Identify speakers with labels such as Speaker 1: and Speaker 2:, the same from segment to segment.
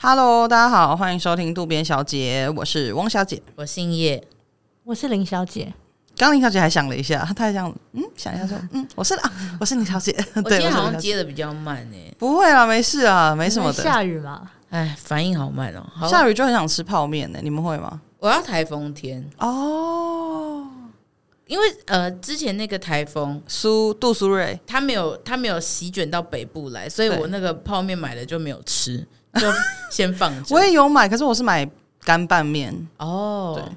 Speaker 1: Hello，大家好，欢迎收听渡边小姐，我是汪小姐。
Speaker 2: 我姓叶，
Speaker 3: 我是林小姐，
Speaker 1: 刚林小姐还想了一下，她还想，嗯，想一下 说，嗯，我是啊，我是林小姐。
Speaker 2: 我今
Speaker 1: 嗯对，
Speaker 2: 天
Speaker 1: 我是
Speaker 2: 好
Speaker 1: 林
Speaker 2: 像
Speaker 1: 小姐。
Speaker 2: 接的比较慢哎、
Speaker 1: 不会啦，没事啊，没什么
Speaker 3: 因为
Speaker 1: 的。
Speaker 3: 下雨嘛，
Speaker 2: 哎，反应好慢哦、好，
Speaker 1: 下雨就很想吃泡面呢、你们会吗？
Speaker 2: 我要台风天，
Speaker 1: 哦，
Speaker 2: 因为呃，之前那个台风
Speaker 1: 苏杜苏芮，
Speaker 2: 它没有它没有席卷到北部来，所以
Speaker 1: 对
Speaker 2: 我那个泡面买了就没有吃， 就先放着
Speaker 1: 我。也有买，可是我是买干拌面。
Speaker 2: 哦
Speaker 1: 对，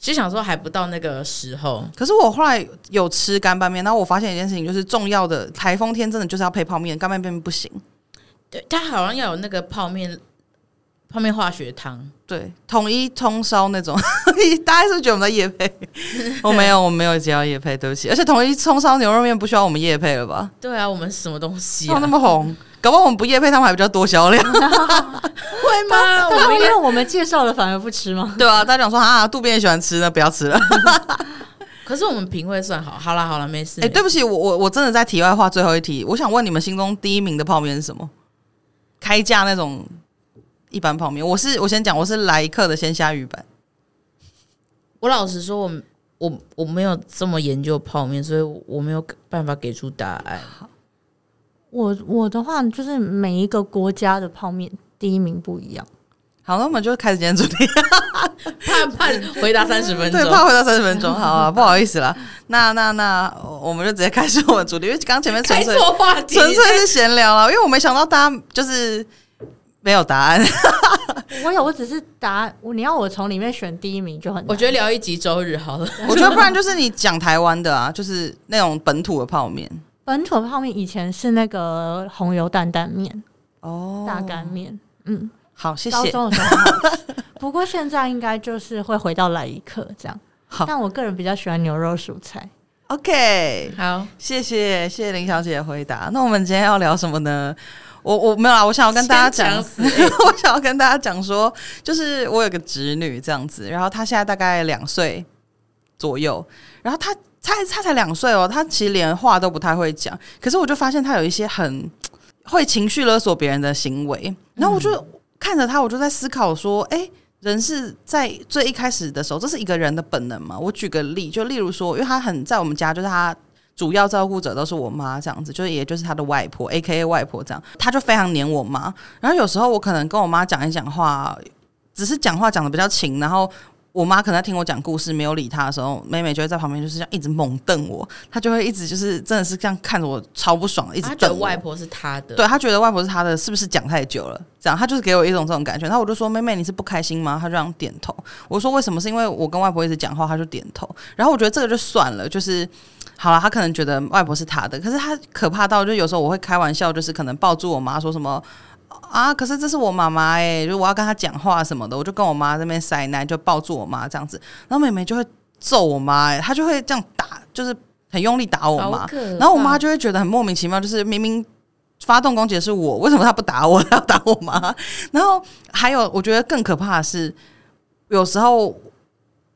Speaker 2: 就想说还不到那个时候，
Speaker 1: 可是我后来有吃干拌面，然后我发现一件事情，就是重要的台风天真的就是要配泡面，干拌面不行。
Speaker 2: 对，它好像要有那个泡面泡面化学汤，
Speaker 1: 对，统一通烧那种， 大家是不是觉得我们在夜 配？我没有，我没有接到夜配，对不起。而且统一通烧牛肉面不需要我们夜配了吧？
Speaker 2: 对啊，我们是什么东西、
Speaker 1: 他
Speaker 2: 啊？
Speaker 1: 们那么红，搞不好我们不夜配，他们还比较多销量，
Speaker 2: 会 吗？
Speaker 3: 但
Speaker 2: 啊我
Speaker 3: 是
Speaker 2: 们
Speaker 3: 因
Speaker 2: 应该
Speaker 3: 为我们介绍了反而不吃吗？
Speaker 1: 对啊？大家讲说啊，渡边也喜欢吃，那不要吃 了。
Speaker 2: 可是我们品味算好，好啦好啦，没事。
Speaker 1: 哎、对不起，我我我真的在题外话最后一题，我想问你们心中第一名的泡面是什么？开价那种一般泡面，我是我先讲，我是来客的鲜虾鱼板。
Speaker 2: 我老实说，我我我没有这么研究泡面，所以我没有办法给出答案。
Speaker 3: 我我的话就是每一个国家的泡面第一名不一样，
Speaker 1: 好，那我们就开始今天主题。
Speaker 2: 怕怕回答三十分钟
Speaker 1: 对，，怕回到三十分钟，好 啊，不好意思啦。那那那，我我们就直接开始我们主题，因为刚前面纯
Speaker 2: 开
Speaker 1: 粹
Speaker 2: 错话题，
Speaker 1: 纯粹是闲聊了，因为我没想到大家就是没有答案。
Speaker 3: 我有，我只是答我你要我从里面选第一名就很难，
Speaker 2: 我觉得聊一集周 日好了。
Speaker 1: 我觉得不然就是你讲台湾的啊，就是那种本土的泡面
Speaker 3: 本土的泡面以前是那个红油担担面、
Speaker 1: 哦
Speaker 3: 大干面，嗯，
Speaker 1: 好，谢
Speaker 3: 高
Speaker 1: 谢。
Speaker 3: 中的时候很好 吃，不过现在应该就是会回到来一克这样。
Speaker 1: 好
Speaker 3: 但我个人比较喜欢牛肉蔬菜，
Speaker 1: OK，
Speaker 2: 好，
Speaker 1: 谢谢谢谢林小姐的回答。那我们今天要聊什么呢？我我没有啦，我想要跟大家
Speaker 2: 先
Speaker 1: 讲
Speaker 2: 讲，死 欸
Speaker 1: 我想要跟大家讲说，就是我有个侄女这样子，然后她现在大概两岁左右，然后她她她才两岁哦，她其实连话都不太会讲，可是我就发现她有一些很会情绪勒索别人的行为，然后我就看着她，我就在思考说，哎、人是在最一开始的时候，这是一个人的本能嘛？我举个例，就例如说，因为她很在我们家，就是她主要照顾者都是我妈这样子，就是也就是她的外婆，A K A 外婆这样，她就非常黏我妈。然后有时候我可能跟我妈讲一讲话，只是讲话讲的比较勤，然后我妈可能在听我讲故事没有理她的时候，妹妹就会在旁边就是这样一直猛瞪我，她就会一直就是真的是这样看着我超不爽，一直
Speaker 2: 他觉
Speaker 1: 瞪
Speaker 2: 得
Speaker 1: 我
Speaker 2: 外婆是他的，
Speaker 1: 对他觉得外婆是他的，是不是讲太久了？这样，他就是给我一种这种感觉。然后我就说：“妹妹，你是不开心吗？”他就这样点头。我说：“为什么？是因为我跟外婆一直讲话，他就点头。”然后我觉得这个就算了，就是好了。他可能觉得外婆是他的，可是他可怕到，就有时候我会开玩笑，就是可能抱住我妈说什么。啊！可是这是我妈妈哎、就我要跟她讲话什么的，我就跟我妈这边塞奶，就抱住我妈这样子，然后妹妹就会揍我妈哎、她就会这样打，就是很用力打我
Speaker 2: 好
Speaker 1: 妈，
Speaker 2: 可怕
Speaker 1: 然后我妈就会觉得很莫名其妙，就是明明发动攻击的是我，为什么她不打我，她要打我妈？ 然后还有，我觉得更可怕的是，有时候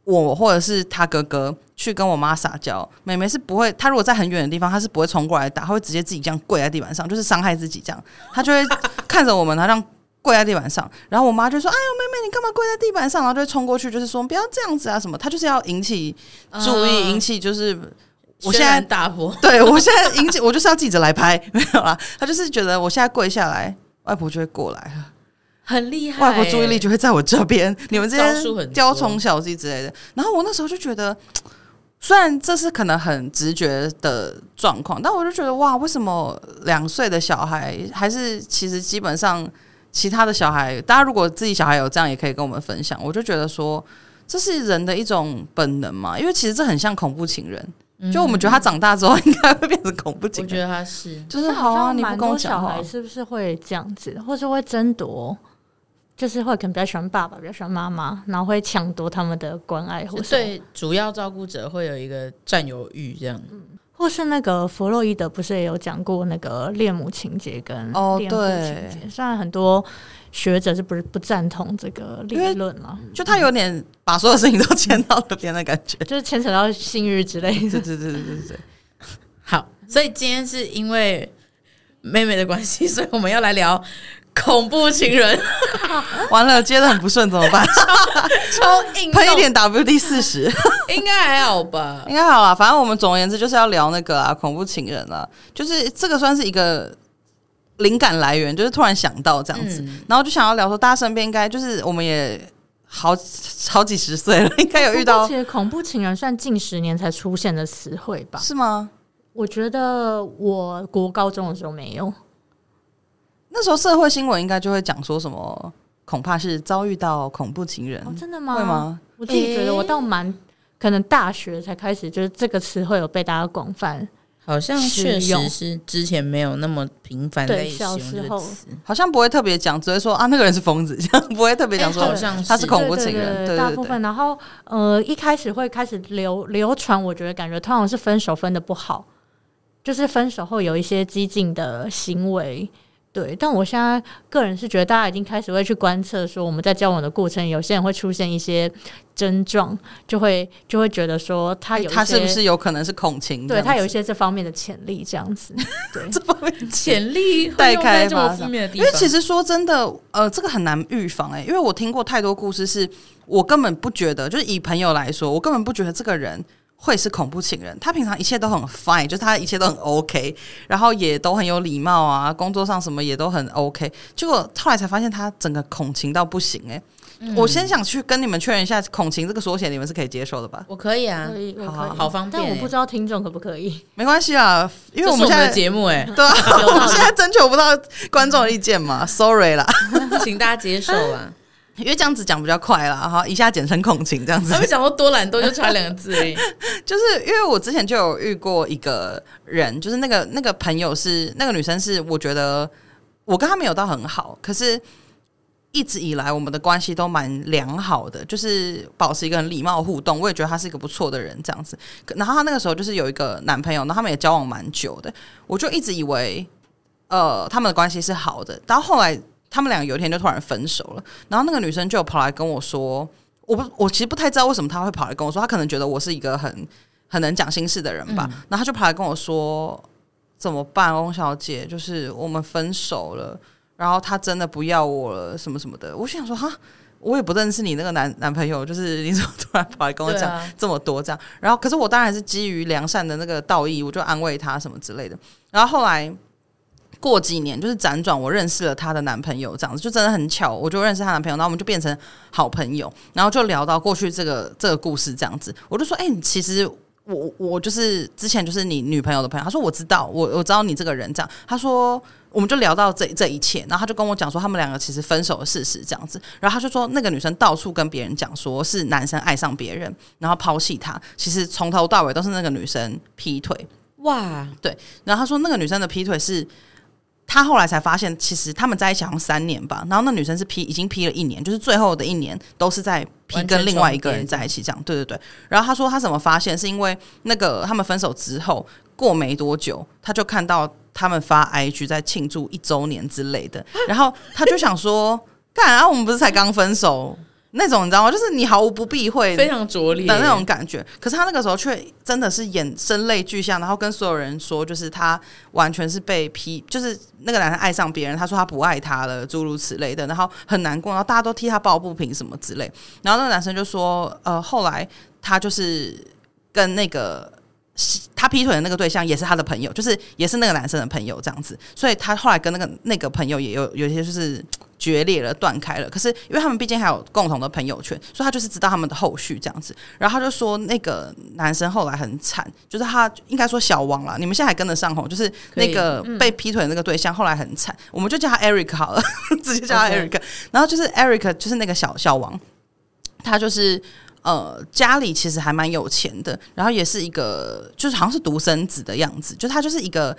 Speaker 1: 我或者是他哥哥去跟我妈撒娇，妹妹是不会，她如果在很远的地方，她是不会冲过来打，她会直接自己这样跪在地板上，就是伤害自己这样，她就会看着我们，她这样。跪在地板上，然后我妈就说：“哎呦，妹妹，你干嘛跪在地板上？”然后就会冲过去，就是说：“不要这样子啊，什么。”她就是要引起
Speaker 2: 嗯
Speaker 1: 注意，引起就是我现
Speaker 2: 轩
Speaker 1: 在
Speaker 2: 然大波，
Speaker 1: 对我现在引起，我就是要记者来拍，没有啦。他就是觉得我现在跪下来，外婆就会过来了，
Speaker 2: 很厉害欸、
Speaker 1: 外婆注意力就会在我这边。你们这
Speaker 2: 招数
Speaker 1: 些
Speaker 2: 很多
Speaker 1: 雕虫小技之类的。然后我那时候就觉得，虽然这是可能很直觉的状况，但我就觉得哇，为什么两岁的小孩还是其实基本上其他的小孩，大家如果自己小孩有这样，也可以跟我们分享。我就觉得说。这是人的一种本能嘛，因为其实这很像恐怖情人，
Speaker 2: 嗯
Speaker 1: 就我们觉得他长大之后应该会变成恐怖情人
Speaker 2: 我觉。得他是
Speaker 1: 就是
Speaker 3: 好
Speaker 1: 好啊，
Speaker 3: 像
Speaker 1: 你不
Speaker 3: 蛮
Speaker 1: 跟我
Speaker 3: 多
Speaker 1: 讲
Speaker 3: 小
Speaker 1: 话
Speaker 3: 孩，是不是会这样子，或是会争夺，就是会可能比较喜欢爸爸，比较喜欢妈妈，然后会抢夺他们的关爱，
Speaker 1: 呃
Speaker 3: 或
Speaker 2: 就是对主要照顾者会有一个占有欲这样。
Speaker 3: 或是那个弗洛伊德不是也有讲过那个恋母情节跟
Speaker 1: 哦
Speaker 3: 恋父情节？虽然很多学者是不是不赞同这个理论啊了，。
Speaker 1: 就他有点把所有事情都牵到那边的感觉
Speaker 3: 就是牵扯到性欲之类的
Speaker 1: 对。对对对对对，
Speaker 2: 好，所以今天是因为妹妹的关系，所以我们要来聊恐怖情人。
Speaker 1: 完了接的很不顺怎么 办？
Speaker 2: 超硬
Speaker 1: 喷一点 WD 四十
Speaker 2: 应该还好吧？
Speaker 1: 应该好了。反正我们总而言之就是要聊那个啊，恐怖情人啊，就是这个算是一个灵感来源，就是突然想到这样子，
Speaker 2: 嗯
Speaker 1: 然后就想要聊说，大家身边应该就是我们也好好几十岁了，应该 有遇到
Speaker 3: 其实恐怖情人算近十年才出现的词汇吧？
Speaker 1: 是吗？
Speaker 3: 我觉得我国高中的时候没有，
Speaker 1: 那时候社会新闻应该就会讲说什么，恐怕是遭遇到恐怖情人，
Speaker 3: 哦，真的
Speaker 1: 会吗？
Speaker 3: 我自己觉得我到蛮、可能大学才开始，就是这个词汇有被大家广泛。
Speaker 2: 好像确
Speaker 3: 使用
Speaker 2: 实是之前没有那么频繁在
Speaker 3: 对
Speaker 2: 使用这
Speaker 3: 小时
Speaker 2: 个
Speaker 3: 候
Speaker 2: 词，
Speaker 1: 好像不会特别讲，只会说啊那个人是疯子， 这样不会特别讲说
Speaker 2: 哎好像
Speaker 1: 他是
Speaker 2: 是
Speaker 1: 恐怖情人，
Speaker 3: 对
Speaker 1: 对
Speaker 3: 大
Speaker 1: 对
Speaker 3: 部
Speaker 1: 对。
Speaker 3: 分。然后呃，一开始会开始流流传，我觉得感觉通常是分手分的不好，就是分手后有一些激进的行为。对，但我现在个人是觉得，大家已经开始会去观测，说我们在交往的过程，有些人会出现一些症状，就会就会觉得说他有一些
Speaker 1: 他是不是有可能是恐情？
Speaker 3: 对他有一
Speaker 1: 些
Speaker 3: 些这方面的潜力，这样子。对，
Speaker 1: 这方面，
Speaker 2: 潜 力
Speaker 1: 待
Speaker 2: 会用
Speaker 1: 开
Speaker 2: 在这么
Speaker 1: 发
Speaker 2: 负面的地
Speaker 1: 因
Speaker 2: 方，
Speaker 1: 为其实说真的，呃，这个很难预防哎、因为我听过太多故事是，我根本不觉得，就是以朋友来说，我根本不觉得这个人会是恐怖情人。他平常一切都很 fine，就是他一切都很 OK，然后也都很有礼貌啊，工作上什么也都很 OK。结果后来才发现他整个恐情到不行哎、
Speaker 2: 嗯
Speaker 1: 我先想去跟你们确认一下，恐情这个缩写你们是可以接受的吧？
Speaker 2: 我可以啊
Speaker 3: 可，以，我
Speaker 1: 好
Speaker 3: 可
Speaker 1: 好
Speaker 3: 以，
Speaker 2: 好方便
Speaker 3: 但我
Speaker 2: 欸
Speaker 3: 不知道听众可不可以。
Speaker 1: 没关系啊，因为
Speaker 2: 这
Speaker 1: 我
Speaker 2: 是
Speaker 1: 们
Speaker 2: 我
Speaker 1: 现
Speaker 2: 们的
Speaker 1: 在
Speaker 2: 节目哎、
Speaker 1: 对啊， 我们现在征求不到观众的意见嘛，sorry 啦。
Speaker 2: 请大家接受啊。
Speaker 1: 因为这样子讲比较快啦，哈，一下简称孔情这样子
Speaker 2: 他。们想说多懒惰就差两个字而已，
Speaker 1: 就是因为我之前就有遇过一个人，就是那个那个朋友是那个女生是，我觉得我跟她没有到很好，可是一直以来我们的关系都蛮良好的，就是保持一个很礼貌的互动。我也觉得她是一个不错的人，这样子。可然后她那个时候就是有一个男朋友，然后他们也交往蛮久的，我就一直以为呃他们的关系是好的，到后来他们俩有一天就突然分手了，然后那个女生就跑来跟我说。我不，我其实不太知道为什么她会跑来跟我说，她可能觉得我是一个很很能讲心事的人吧。然后他就跑来跟我说：“怎么办，翁小姐？就是我们分手了，然后他真的不要我了，什么什么的。”我就想说：“哈，我也不认识你那个男男朋友，就是你怎么突然跑来跟我
Speaker 2: 对
Speaker 1: 讲
Speaker 2: 啊
Speaker 1: 这么多这样？”然后，可是我当然是基于良善的那个道义，我就安慰他什么之类的。然后后来。过几年，就是辗转，我认识了她的男朋友，这样子就真的很巧，我就认识她男朋友，然后我们就变成好朋友，然后就聊到过去这个这个故事这样子，我就说，哎、你其实我我就是之前就是你女朋友的朋友，他说我知道，我我知道你这个人这样，他说我们就聊到这这一切，然后他就跟我讲说他们两个其实分手的事实这样子，然后他就说那个女生到处跟别人讲说是男生爱上别人，然后抛弃他，其实从头到尾都是那个女生劈腿，
Speaker 2: 哇，
Speaker 1: 然后他说那个女生的劈腿是。他后来才发现，其实他们在一起好像三年吧，然后那女生是劈已经劈了一年，就是最后的一年都是在劈
Speaker 2: 完全
Speaker 1: 跟另外一个
Speaker 2: 重叠
Speaker 1: 人在一起这样，对对对。然后他说他怎么发现，是因为那个他们分手之后过没多久，他就看到他们发 IG 在庆祝一周年之类的，然后他就想说，干啊，我们不是才刚分手那种，你知道吗？就是你毫无不避讳，
Speaker 2: 非常拙劣
Speaker 1: 的那种感觉。可是他那个时候却真的是眼声泪俱下，然后跟所有人说，就是他完全是被批，就是那个男生爱上别人，他说他不爱他了，诸如此类的，然后很难过，然后大家都替他抱不平什么之类。然后那个男生就说，呃，后来他就是跟那个。他劈腿的那个对象也是他的朋友，就是也是那个男生的朋友这样子，所以他后来跟那个那个朋友也有有一些就是决裂了、断开了。可是因为他们毕竟还有共同的朋友圈，所以他就是知道他们的后续这样子。然后他就说，那个男生后来很惨，就是他应该说小王啦，你们现在还跟得上吼，就是那个被劈腿的那个对象后来很惨，我们就叫他 Eric 好了，直接叫他
Speaker 2: OK
Speaker 1: Eric。然后就是 Eric 就是那个小小王，他就是。呃，家里其实还蛮有钱的，然后也是一个就是好像是独生子的样子，就他就是一个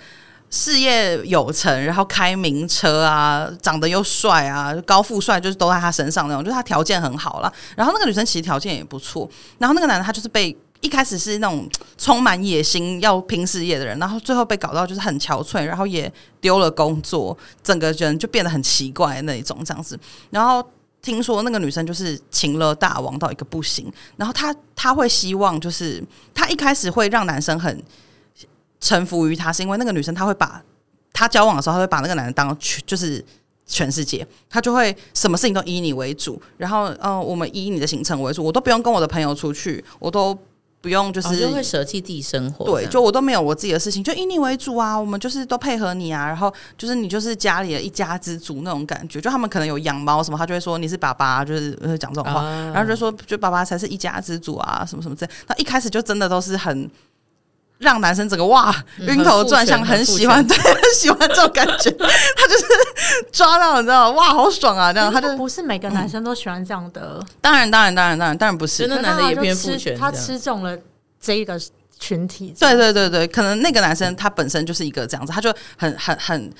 Speaker 1: 事业有成，然后开名车啊，长得又帅啊，高富帅就是都在他身上那种，就是他条件很好啦。然后那个女生其实条件也不错，然后那个男的他就是被。一开始是那种充满野心要拼事业的人，然后最后被搞到就是很憔悴，然后也丢了工作，整个人就变得很奇怪那一种这样子。然后听说那个女生就是情了大王到一个不行，然后她她会希望就是她一开始会让男生很臣服于她，是因为那个女生她会把她交往的时候，她会把那个男的当就是全世界，他就会什么事情都以你为主，然后呃，我们以你的行程为主，我都不用跟我的朋友出去，我都不用就、
Speaker 2: 就是哦就会舍弃自己生活这
Speaker 1: 对，
Speaker 2: 样。
Speaker 1: 就我都没有我自己的事情，就以你为主啊，我们就是都配合你啊，然后就是你就是家里的一家之主那种感觉。就他们可能有养猫什么，他就会说你是爸爸啊，就是会讲这种话，
Speaker 2: 啊
Speaker 1: 然后就说就爸爸才是一家之主啊，什么什么之类。那一开始就真的都是很。让男生整个哇
Speaker 2: 嗯
Speaker 1: 晕头转向，
Speaker 2: 很
Speaker 1: 很
Speaker 2: 父
Speaker 1: 喜
Speaker 2: 权
Speaker 1: 欢，对，很喜欢这种感觉。他就是抓到，你知道吗？哇，好爽啊！这样，他就 嗯
Speaker 3: 不是每个男生都喜欢这样的，
Speaker 1: 当然，当然，当然，当然，当然不是
Speaker 2: 真。的
Speaker 3: 可
Speaker 2: 男的
Speaker 3: 他
Speaker 2: 也
Speaker 3: 就
Speaker 2: 变
Speaker 3: 吃
Speaker 2: 父权
Speaker 3: 他
Speaker 2: 这样
Speaker 3: 吃中了这一个群体，
Speaker 1: 对对对对，可能那个男生他本身就是一个这样子，他就很很很，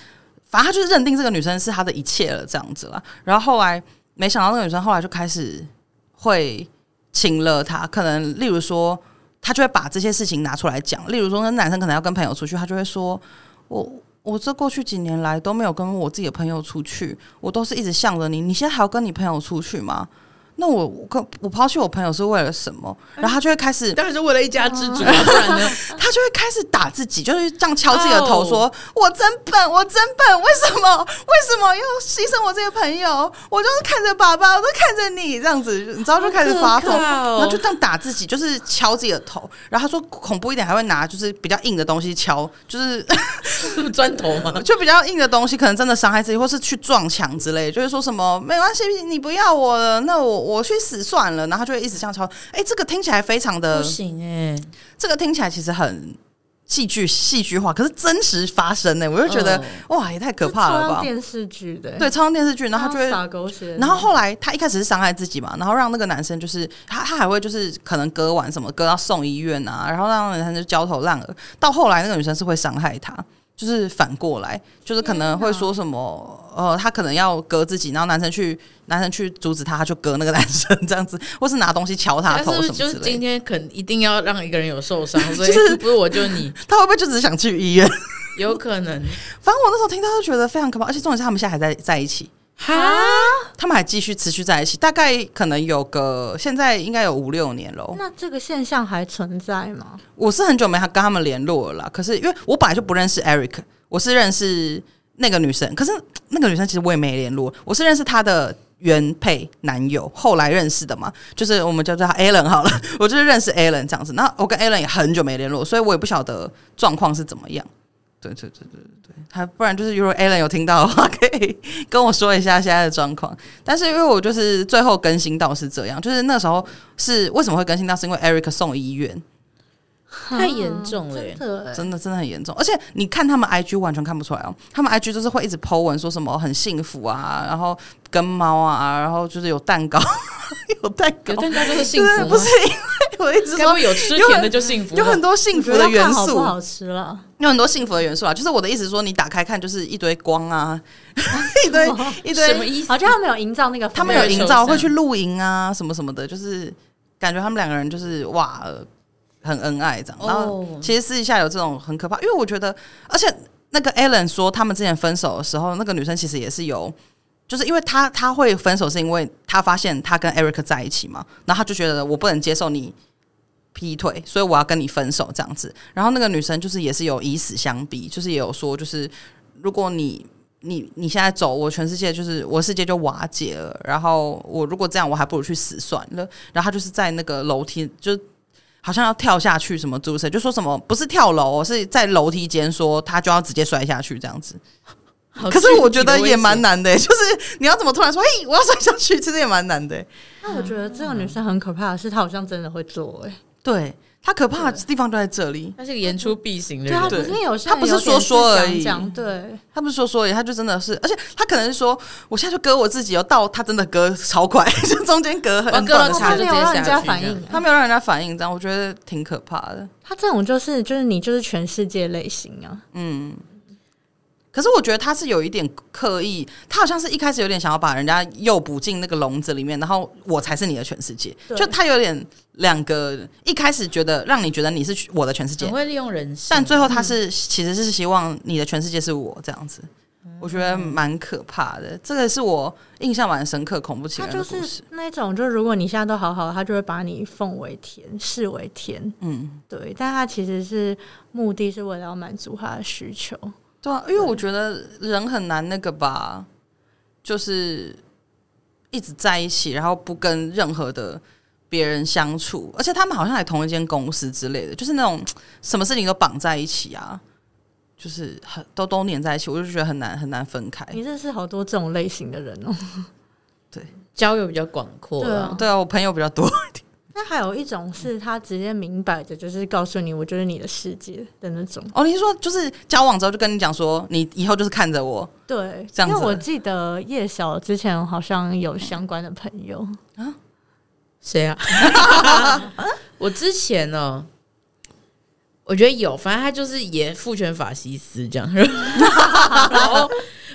Speaker 1: 反正他就是认定这个女生是他的一切了这样子啦。然后后来没想到那个女生后来就开始会请了他，可能例如说他就会把这些事情拿出来讲，例如说那男生可能要跟朋友出去，他就会说我。我这过去几年来都没有跟我自己的朋友出去，我都是一直向着你。你现在还要跟你朋友出去吗？那我我跟我抛弃我朋友是为了什么？然后他就会开始
Speaker 2: 当然是为了一家之主啊，不然呢？
Speaker 1: 他就会开始打自己，就是这样敲自己的头
Speaker 2: 哦
Speaker 1: 说：“我真笨，我真笨，为什么 为什么要牺牲我这个朋友？我就是看着爸爸，我都看着你这样子，你知道就开始发疯，
Speaker 2: 好可怕哦
Speaker 1: 然后就这样打自己，就是敲自己的头。然后他说恐怖一点，还会拿就是比较硬的东西敲，就是
Speaker 2: 砖头吗？
Speaker 1: 就比较硬的东西，可能真的伤害自己，或是去撞墙之类，就是说什么没关系，你不要我了，那我我去死算了。然后他就会一直这样敲。哎、这个听起来非常的
Speaker 2: 不行哎、
Speaker 1: 这个听起来其实很戏剧戏剧化，可是真实发生呢、欸我就觉
Speaker 2: 嗯
Speaker 1: 得、哇，也太可怕
Speaker 3: 这
Speaker 1: 了
Speaker 3: 超像
Speaker 1: 吧？
Speaker 3: 电视剧的，
Speaker 1: 对，，超像电视剧，然后他就会。
Speaker 3: 撒狗血，
Speaker 1: 然后后来他一开始是伤害自己嘛，然后让那个男生就是他，他还会就是可能割完什么割到送医院啊，然后让那个男生就焦头烂额。到后来那个女生是会伤害他，就是反过来，就是可能会说什么
Speaker 2: 嗯
Speaker 1: 呃，他可能要割自己，然后男生去男生去阻止他，他就割那个男生这样子，或是拿东西敲他的
Speaker 2: 他是
Speaker 1: 头
Speaker 2: 不
Speaker 1: 什
Speaker 2: 是
Speaker 1: 么
Speaker 2: 就是
Speaker 1: 之类
Speaker 2: 今
Speaker 1: 的。
Speaker 2: 天肯一定要让一个人有受伤，所以
Speaker 1: 就是
Speaker 2: 不是我就你，
Speaker 1: 他会不会就只是想去医院？
Speaker 2: 有可能
Speaker 1: 反正我那时候听到就觉得非常可怕，而且重点是他们现在还在在一起，
Speaker 2: 哈，
Speaker 1: 他们还继续持续在一起，大概可能有个现在应该有五六年喽。
Speaker 3: 那这个现象还存在吗？
Speaker 1: 我是很久没跟他们联络了啦，可是因为我本来就不认识 Eric，我是认识那个女生，可是那个女生其实我也没联络，我是认识她的。原配男友后来认识的嘛，就是我们叫做他 Alan 好了， 我就是认识 Alan 这样子。那我跟 Alan 也很久没联络，所以我也不晓得状况是怎么样。对对对对对，还不然就是如果 Alan 有听到的话，可 以跟我说一下现在的状况。但是因为我就是最后更新到是这样，就是那时候是为什么会更新到，是因为 Eric 送医院，
Speaker 2: 太严重了耶
Speaker 3: 真的耶
Speaker 1: 真的真的很严重，而且你看他们 IG 完全看不出来哦，他们 IG 就是会一直 po 文说什么哦很幸福啊，然后跟猫啊，然后就是有蛋糕， 有蛋糕
Speaker 2: 有，蛋糕就是幸
Speaker 1: 就
Speaker 2: 福
Speaker 1: 是
Speaker 2: 吗？
Speaker 1: 不是因为我一直
Speaker 2: 该不
Speaker 1: 说
Speaker 2: 会有吃甜的就幸福吧？
Speaker 1: 有很多幸福的元
Speaker 3: 我觉得要看好
Speaker 1: 素
Speaker 3: 不，好吃了？
Speaker 1: 有很多幸福的元素啊，就是我的意思说，你打开看就是一堆光啊， 一堆一
Speaker 2: 什么
Speaker 1: 堆，
Speaker 2: 意思
Speaker 3: 好？像他们有营造那个氛围，
Speaker 1: 他们有营造
Speaker 2: 没有
Speaker 1: 会去露营啊什么什么的，就是感觉他们两个人就是哇。呃很恩爱这样，然后
Speaker 2: 哦，
Speaker 1: 其实私底下有这种很可怕，因为我觉得，而且那个 Alan 说他们之前分手的时候，那个女生其实也是有，就是因为她她会分手是因为她发现她跟 Eric 在一起嘛，然后她就觉得我不能接受你劈腿，所以我要跟你分手这样子。然后那个女生就是也是有以死相逼，就是也有说就是如果你。你你现在走，我全世界就是我世界就瓦解了。然后我如果这样，我还不如去死算了。然后她就是在那个楼梯，就是好像要跳下去什么姿势，就说什么不是跳楼哦，是在楼梯间说他就要直接摔下去这样子。
Speaker 2: 好
Speaker 1: 哦可是我觉得也蛮
Speaker 2: 具体的危险
Speaker 1: 难的、欸就是你要怎么突然说嘿我要摔下去，其实也蛮难的、欸
Speaker 3: 那我觉得这个女生很可怕的是，她好像真的会做哎、
Speaker 1: 对他可怕的地方就在这里，
Speaker 2: 他是个言出必行的
Speaker 3: 对，
Speaker 1: 啊
Speaker 3: 她
Speaker 2: 人，
Speaker 3: 不是因为有
Speaker 1: 嗯
Speaker 3: 些
Speaker 1: 她不是说说而已
Speaker 3: 讲对，
Speaker 1: 他不是说说而已，他就真的是，而且他可能是说我现在就割我自己哦，到他真的割超快， 就哦中间隔很
Speaker 2: 我要
Speaker 1: 短
Speaker 2: 割到
Speaker 1: 的
Speaker 2: 她
Speaker 1: 差
Speaker 3: 她
Speaker 1: 距
Speaker 3: 没有让人家反应、
Speaker 1: 他
Speaker 3: 啊，
Speaker 1: 没有让人家反应，这样我觉得挺可怕的。
Speaker 3: 她这种就是就是你就是全世界类型啊，
Speaker 1: 可是我觉得他是有一点刻意，他好像是一开始有点想要把人家诱捕进那个笼子里面，然后我才是你的全世界。
Speaker 3: 对
Speaker 1: 就他有点两个，一开始觉得让你觉得你是我的全世界
Speaker 2: 很，
Speaker 3: 嗯
Speaker 2: 会利用人性。
Speaker 1: 但最后他是、其实是希望你的全世界是我这样子。
Speaker 3: 嗯
Speaker 1: 我觉得蛮可怕的，这个是我印象蛮深刻、恐怖情
Speaker 3: 她
Speaker 1: 人的
Speaker 3: 就
Speaker 1: 故事。
Speaker 3: 是那种就是如果你现在都好好的，她就会把你奉为天，视为天，
Speaker 1: 嗯，
Speaker 3: 对，但她其实是目的是为了要满足她的需求。
Speaker 1: 对啊，因为我觉得人很难那个吧，就是一直在一起，然后不跟任何的别人相处，而且他们好像还同一间公司之类的，就是那种什么事情都绑在一起啊，就是很都都黏在一起，我就觉得很难很难分开。
Speaker 3: 你认识好多这种类型的人 哦、
Speaker 2: 交友比较广阔
Speaker 3: 对啊
Speaker 2: 啦，
Speaker 1: 对啊，我朋友比较多，
Speaker 3: 那还有一种是他直接明摆着就是告诉你，我就是你的世界的那种。
Speaker 1: 哦，你是说就是交往之后就跟你讲说，你以后就是看着我
Speaker 3: 对，
Speaker 1: 这样
Speaker 3: 因
Speaker 1: 子
Speaker 3: 为我记得叶晓之前好像有相关的朋友，
Speaker 2: 谁啊？ 我之前呢、我觉得有，反正他就是也父权法西斯这样。 然后，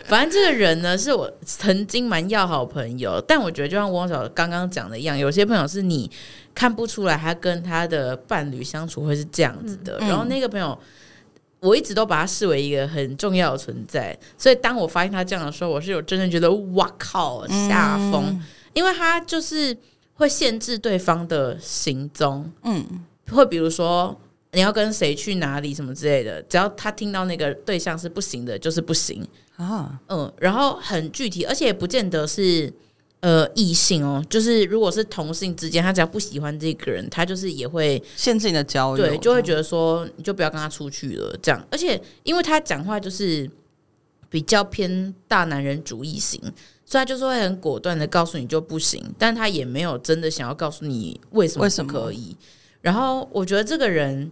Speaker 2: 反正这个人呢，是我曾经蛮要好的朋友，但我觉得就像汪小刚刚讲的一样，有些朋友是你看不出来他跟他的伴侣相处会是这样子的。
Speaker 1: 嗯
Speaker 2: 然后那个朋友，我一直都把他视为一个很重要的存在，所以当我发现他这样的时候，我是有真的觉得哇靠下风。因为他就是会限制对方的行踪，
Speaker 1: 嗯，
Speaker 2: 会比如说你要跟谁去哪里什么之类的，只要他听到那个对象是不行的，就是不行。
Speaker 1: 啊，
Speaker 2: 嗯，然后很具体，而且也不见得是呃异性哦，就是如果是同性之间，他只要不喜欢这个人，他就是也会
Speaker 1: 限制你的交友，
Speaker 2: 对，就会觉得说你就不要跟他出去了这样。而且因为他讲话就是比较偏大男人主义型，所以他就是会很果断的告诉你就不行，但他也没有真的想要告诉你为什么
Speaker 1: 为什
Speaker 2: 不
Speaker 1: 么
Speaker 2: 可以。然后我觉得这个人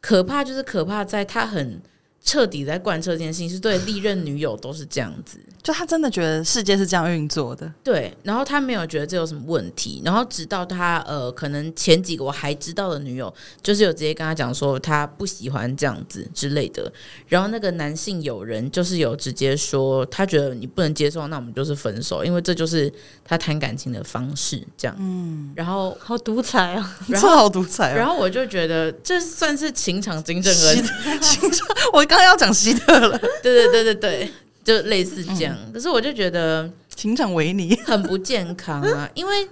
Speaker 2: 可怕，就是可怕在他很彻底地在贯彻这件事情，是对历任女友都是这样子。
Speaker 1: 就他真的觉得世界是这样运作的，
Speaker 2: 对，然后他没有觉得这有什么问题，然后直到他呃，可能前几个我还知道的女友，就是有直接跟他讲说他不喜欢这样子之类的，然后那个男性友人就是有直接说他觉得你不能接受，那我们就是分手，因为这就是他谈感情的方式，这样，嗯，然后
Speaker 3: 好独裁啊！
Speaker 1: 这
Speaker 2: 然后
Speaker 1: 好独裁
Speaker 2: 然
Speaker 1: 哦。
Speaker 2: 后我就觉得这算是情场金正
Speaker 1: 希
Speaker 2: 恩，
Speaker 1: 特，希特我刚刚要讲希特了，
Speaker 2: 对对对对对，就类似这样，可是我就觉得。
Speaker 1: 情场维尼，
Speaker 2: 很不健康啊， 因为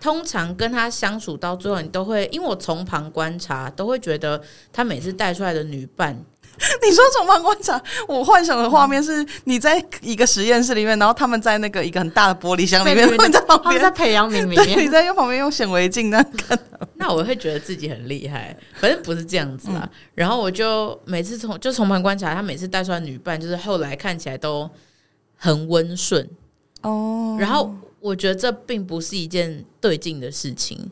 Speaker 2: 通常跟他相处到最后，你都会因为我从旁观察，都会觉得他每次带出来的女 伴，
Speaker 1: 你说从旁观察，我幻想的画面是你在一个实验室里面，然后他们在那个一个很大的玻璃箱里面，
Speaker 3: 在
Speaker 1: 然
Speaker 3: 里面
Speaker 1: 后你在旁
Speaker 3: 他们在
Speaker 1: 边，
Speaker 3: 培养皿里
Speaker 1: 对，你
Speaker 3: 面，
Speaker 1: 在用旁边用显微镜那样看，
Speaker 2: 那我会觉得自己很厉害，反正不是这样子啦。
Speaker 1: 嗯
Speaker 2: 然后我就每次从就从旁观察，他每次带出来的女伴，就是后来看起来都很温顺，
Speaker 1: 哦
Speaker 2: 然后我觉得这并不是一件对劲的事情。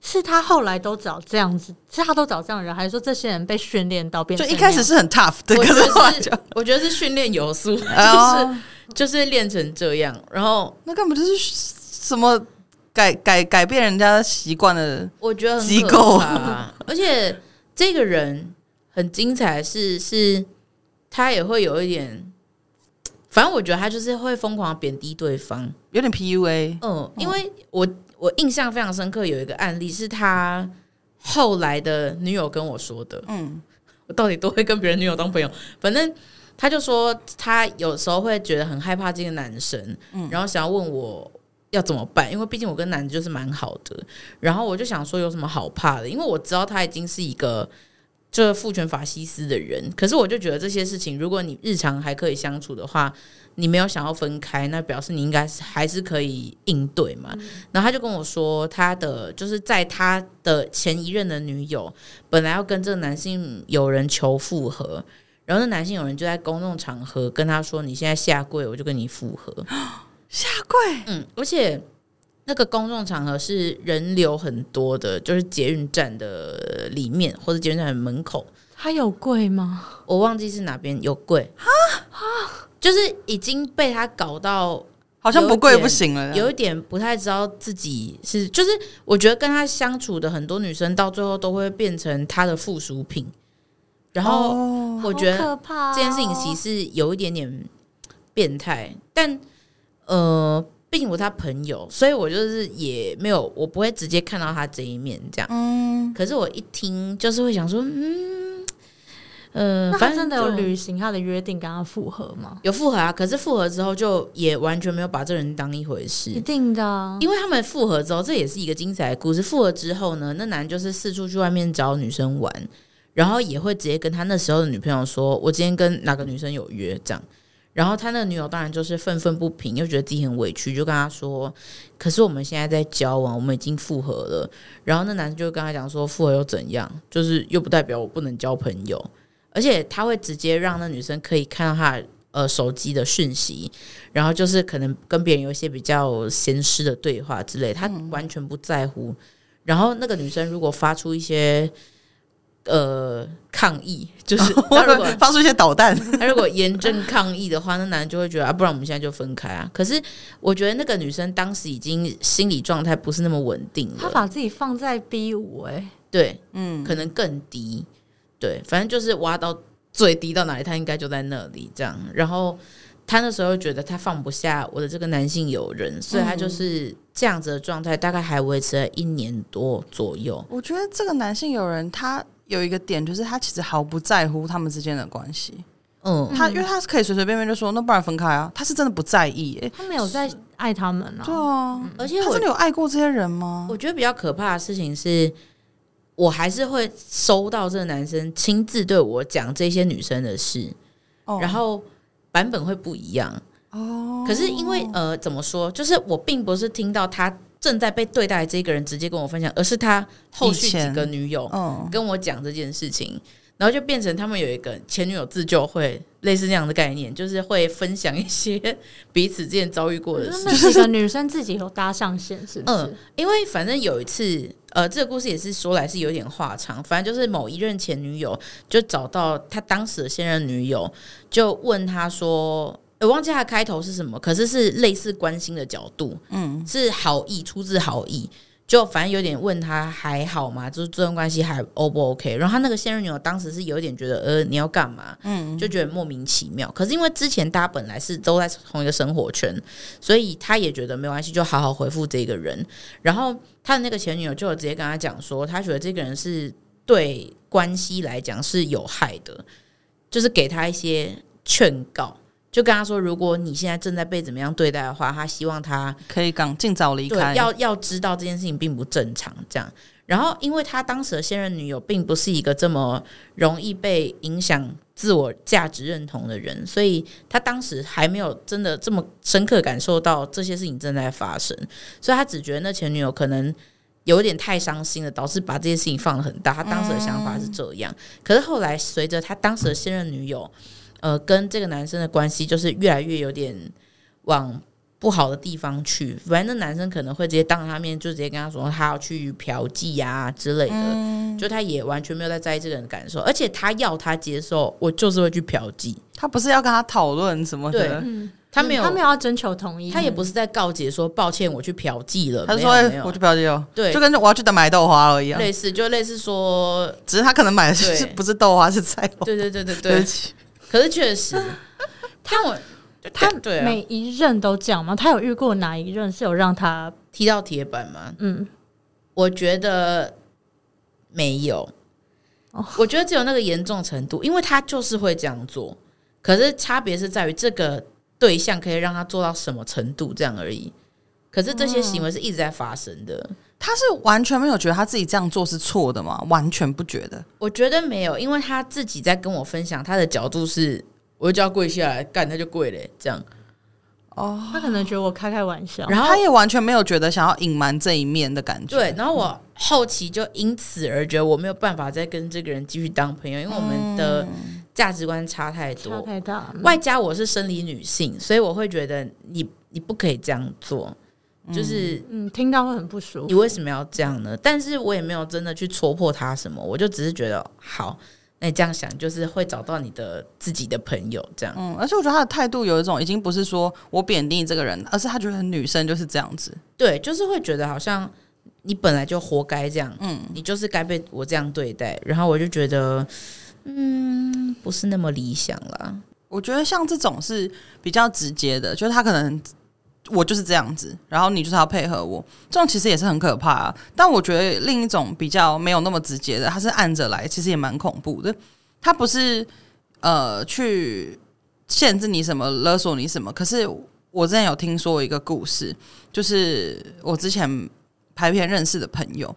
Speaker 3: 是他后来都找这样子，是他都找这样的人，还是说这些人被训练到变
Speaker 1: 就
Speaker 3: 成
Speaker 1: 一开始是很 tough 的，
Speaker 2: 我
Speaker 1: 可
Speaker 2: 觉
Speaker 1: 是后来
Speaker 2: 得，
Speaker 1: 就是
Speaker 2: 我觉得是训练有素， 就
Speaker 1: 哦
Speaker 2: 是就是练成这样，然后。
Speaker 1: 那根本就是什么改改改变人家习惯的，
Speaker 2: 我觉得很
Speaker 1: 机
Speaker 2: 可
Speaker 1: 构
Speaker 2: 怕而且这个人很精彩的是，是他也会有一点，反正我觉得他就是会疯狂地贬低对方。
Speaker 1: 有点 PUA
Speaker 2: 嗯，因为我我印象非常深刻，有一个案例是他后来的女友跟我说的。
Speaker 1: 嗯
Speaker 2: 嗯， 我到底都会跟别人女友当朋友，反正。他就说，他有时候会觉得很害怕这个男生，然后想要问我要怎么办，因为毕竟我跟男的就是蛮好的。然后我就想说，有什么好怕的？因为我知道他已经是一个这父权法西斯的人，可是我就觉得这些事情，如果你日常还可以相处的话，你没有想要分开，那表示你应该是还是可以应对嘛。然后他就跟我说，他的就是在他的前一任的女友本来要跟这个男性友人求复合，然后那男性友人就在公众场合跟他说：“你现在下跪，我就跟你复合。
Speaker 1: 下跪，”
Speaker 2: 嗯，而且那个公众场合是人流很多的，就是捷运站的里面或者捷运站的门口，
Speaker 3: 他有贵吗？
Speaker 2: 我忘记是哪边有跪就是已经被他搞到
Speaker 1: 好像不
Speaker 2: 有
Speaker 1: 跪
Speaker 2: 一点
Speaker 1: 不行
Speaker 3: 啊
Speaker 1: 了。
Speaker 2: 有一点不太知道自己是，就是我觉得跟他相处的很多女生到最后都会变成他的附属品，然后
Speaker 1: 哦
Speaker 2: 我觉
Speaker 3: 好
Speaker 2: 得
Speaker 3: 可怕哦
Speaker 2: 这件事情其实有一点点变态，但呃，毕竟我是他朋友，所以我就是也没有，我不会直接看到他这一面这样。
Speaker 1: 嗯，
Speaker 2: 可是我一听就是会想说，嗯，呃，
Speaker 3: 那他
Speaker 2: 反正
Speaker 3: 真的有
Speaker 2: 就
Speaker 3: 履行他的约定，跟他复合吗？
Speaker 2: 有复合啊，可是复合之后就也完全没有把这人当一回事
Speaker 3: 一，定的啊，
Speaker 2: 因为他们复合之后，这也是一个精彩的故事。复合之后呢，那男就是四处去外面找女生玩，然后也会直接跟他那时候的女朋友说：“我今天跟哪个女生有约。”这样，然后他那个女友当然就是愤愤不平，又觉得自己很委屈，就跟他说：“可是我们现在在交往，我们已经复合了。”然后那男生就跟他讲说：“复合又怎样？就是又不代表我不能交朋友。”而且他会直接让那女生可以看到他呃手机的讯息，然后就是可能跟别人有一些比较闲适的对话之类，他完全不在乎。然后那个女生如果发出一些呃抗议，就是他如果
Speaker 1: 发出一些导 弹，
Speaker 2: 他如果严正抗议的话，那男人就会觉得啊，不然我们现在就分开啊。可是我觉得那个女生当时已经心理状态不是那么稳定
Speaker 3: 他
Speaker 2: 了，
Speaker 3: 把自己放在 B 五哎，
Speaker 2: 对，
Speaker 1: 嗯，
Speaker 2: 可能更低，对，反正就是挖到最低到哪里，他应该就在那里这样。然后他那时候觉得他放不下我的这个男性友人，所以他就是这样子的状态，大概还维持了一年多左右。
Speaker 1: 我觉得这个男性友人他有一个点，就是他其实毫不在乎他们之间的关系。
Speaker 2: 嗯，
Speaker 1: 他因为他是可以随随便便就说，那不然分开啊。他是真的不在意、耶。
Speaker 3: 他没有在爱他们
Speaker 1: 对
Speaker 3: 啊。
Speaker 1: 啊，
Speaker 2: 而且
Speaker 1: 他
Speaker 2: 哦我
Speaker 1: 真的有爱过这些人吗？
Speaker 2: 我觉得比较可怕的事情是，我还是会收到这个男生亲自对我讲这些女生的事，
Speaker 1: 哦
Speaker 2: 然后版本会不一样。
Speaker 1: 哦，
Speaker 2: 可是因为呃，怎么说，就是我并不是听到他正在被对待的这个人直接跟我分享，而是他后续
Speaker 1: 以前
Speaker 2: 几个女友
Speaker 1: 嗯，
Speaker 2: 跟我讲这件事情。然后就变成他们有一个前女友自救会，类似那样的概念，就是会分享一些 彼此之间遭遇过
Speaker 3: 我
Speaker 2: 的
Speaker 3: 觉得
Speaker 2: 事。
Speaker 3: 那几个女生自己有搭上线，是不
Speaker 2: 嗯
Speaker 3: 是？，
Speaker 2: 因为反正有一次，呃，这个故事也是说来是有点话长，反正就是某一任前女友就找到他当时的现任女友，就问他说。我忘记他的开头是什么，可是是类似关心的角度，嗯，是好意，出自好意，就反正有点问他还好吗？就是这段关系还 O 不 OK？然后他那个现任女友当时是有点觉得，呃，你要干嘛？嗯，就觉得莫名其妙。可是因为之前大家本来是都在同一个生活圈，所以他也觉得没关系，就好好回复这个人。然后他的那个前女友就有直接跟他讲说，他觉得这个人是对关系来讲是有害的，就是给他一些劝告，就跟他说，如果你现在正在被怎么样对待的话，他希望他
Speaker 1: 可以赶尽早离
Speaker 2: 对
Speaker 1: 开。
Speaker 2: 要要知道这件事情并不正常，这样。然后，因为他当时的现任女友并不是一个这么容易被影响自我价值认同的人，所以他当时还没有真的这么深刻感受到这些事情正在发生，所以他只觉得那前女友可能有点太伤心了，导致把这些事情放得很大。他当时的想法是
Speaker 1: 嗯
Speaker 2: 这样，可是后来随着他当时的现任女友，呃，跟这个男生的关系就是越来越有点往不好的地方去，反正那男生可能会直接当着他面就直接跟他说他要去嫖妓呀、之类的，
Speaker 1: 嗯
Speaker 2: 就他也完全没有在在意这个人的感受，而且他要他接受，我就是会去嫖妓，
Speaker 1: 他不是要跟他讨论什么的，
Speaker 3: 嗯，
Speaker 2: 他没有，
Speaker 3: 他没有要征求同意，
Speaker 2: 他也不是在告诫说抱歉我去嫖妓了，
Speaker 1: 他就
Speaker 2: 没
Speaker 1: 说
Speaker 2: 有嗯没
Speaker 1: 哎：“我
Speaker 2: 有
Speaker 1: 去表姐哦。”
Speaker 2: 对
Speaker 1: 就跟我要去买豆花了一样，
Speaker 2: 类似就类 似说，
Speaker 1: 只是他可能买的是
Speaker 2: 对
Speaker 1: 不是豆花是菜头。
Speaker 2: 对对对
Speaker 1: 对
Speaker 2: 对
Speaker 1: 不
Speaker 2: 对，
Speaker 1: 起，
Speaker 2: 可是确 实，但我
Speaker 3: 他
Speaker 2: 对啊
Speaker 3: 每一任都这样吗？他有遇过哪一任是有让他
Speaker 2: 踢到铁板吗？
Speaker 3: 嗯
Speaker 2: 我觉得没有
Speaker 3: 哦，
Speaker 2: 我觉得只有那个严重程度，因为他就是会这样做，可是差别是在于这个对象可以让他做到什么程度这样而已。可是这些行为是一直在发生的，
Speaker 1: 他是完全没有觉得他自己这样做是错的吗？完全不觉得。
Speaker 2: 我觉得没有，因为他自己在跟我分享他的角度是，我就叫他跪下来干，他就跪嘞，这样。
Speaker 3: 他可能觉得我开开玩笑，
Speaker 2: 然后
Speaker 1: 他也完全没有觉得想要隐瞒这一面的感觉。
Speaker 2: 对，，然后我后期就因此而觉得我没有办法再跟这个人继续当朋友，因为我们的价值观差太多，
Speaker 3: 嗯差太嗯大了。
Speaker 2: 外加我是生理女性，所以我会觉得你你不可以这样做，就是
Speaker 3: 嗯，听到会很不舒
Speaker 2: 你
Speaker 3: 服。
Speaker 2: 为什么要这样呢？但是我也没有真的去戳破他什么，我就只是觉得好，那你这样想就是会找到你的自己的朋友这样。
Speaker 1: 嗯，而且我觉得他的态度有一种已经不是说我贬低这个人，而是他觉得女生就是这样子。
Speaker 2: 对，就是会觉得好像你本来就活该这样，嗯，你就是该被我这样对待。然后我就觉得，嗯，不是那么理想啦。
Speaker 1: 我觉得像这种是比较直接的，就是他可能我就是这样子，然后你就是要配合我，这种其实也是很可怕、啊。但我觉得另一种比较没有那么直接的，他是按着来，其实也蛮恐怖的。他不是呃去限制你什么，勒索你什么。可是我之前有听说一个故事，就是我之前拍片认识的朋友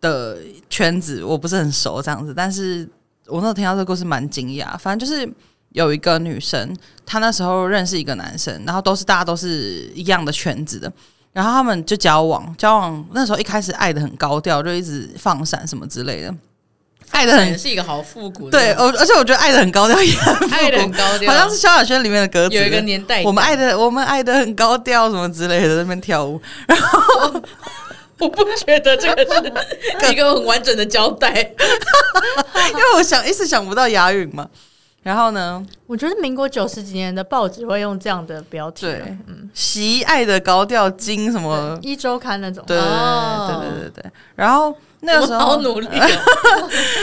Speaker 1: 的圈子，我不是很熟这样子，但是我那时候听到这个故事蛮惊讶。反正就是有一个女生，她那时候认识一个男生，然后都是大家都是一样的圈子的，然后他们就交往，交往那时候一开始爱的很高调，就一直放闪什么之类的，爱的
Speaker 2: 感觉
Speaker 1: 很
Speaker 2: 是一个好复古的，
Speaker 1: 对，我而且我觉得爱的很高调也很复古
Speaker 2: 爱的很高调，
Speaker 1: 好像是萧亚轩里面的歌词，
Speaker 2: 有一个年代感，
Speaker 1: 我们爱的我们爱的很高调什么之类的，在那边跳 舞，
Speaker 2: 我不觉得这个 是一个很完整的交代。
Speaker 1: 因为我想一时想不到押韵嘛。然后呢，
Speaker 3: 我觉得民国九十几年的报纸会用这样的标题啊，
Speaker 1: 对
Speaker 2: 嗯
Speaker 1: 习爱的高调金什么
Speaker 3: 对，一周刊那种，
Speaker 1: 对对
Speaker 2: 哦
Speaker 1: 对对对对对。然后那个时
Speaker 2: 我好
Speaker 1: 候，
Speaker 2: 努力、 哦，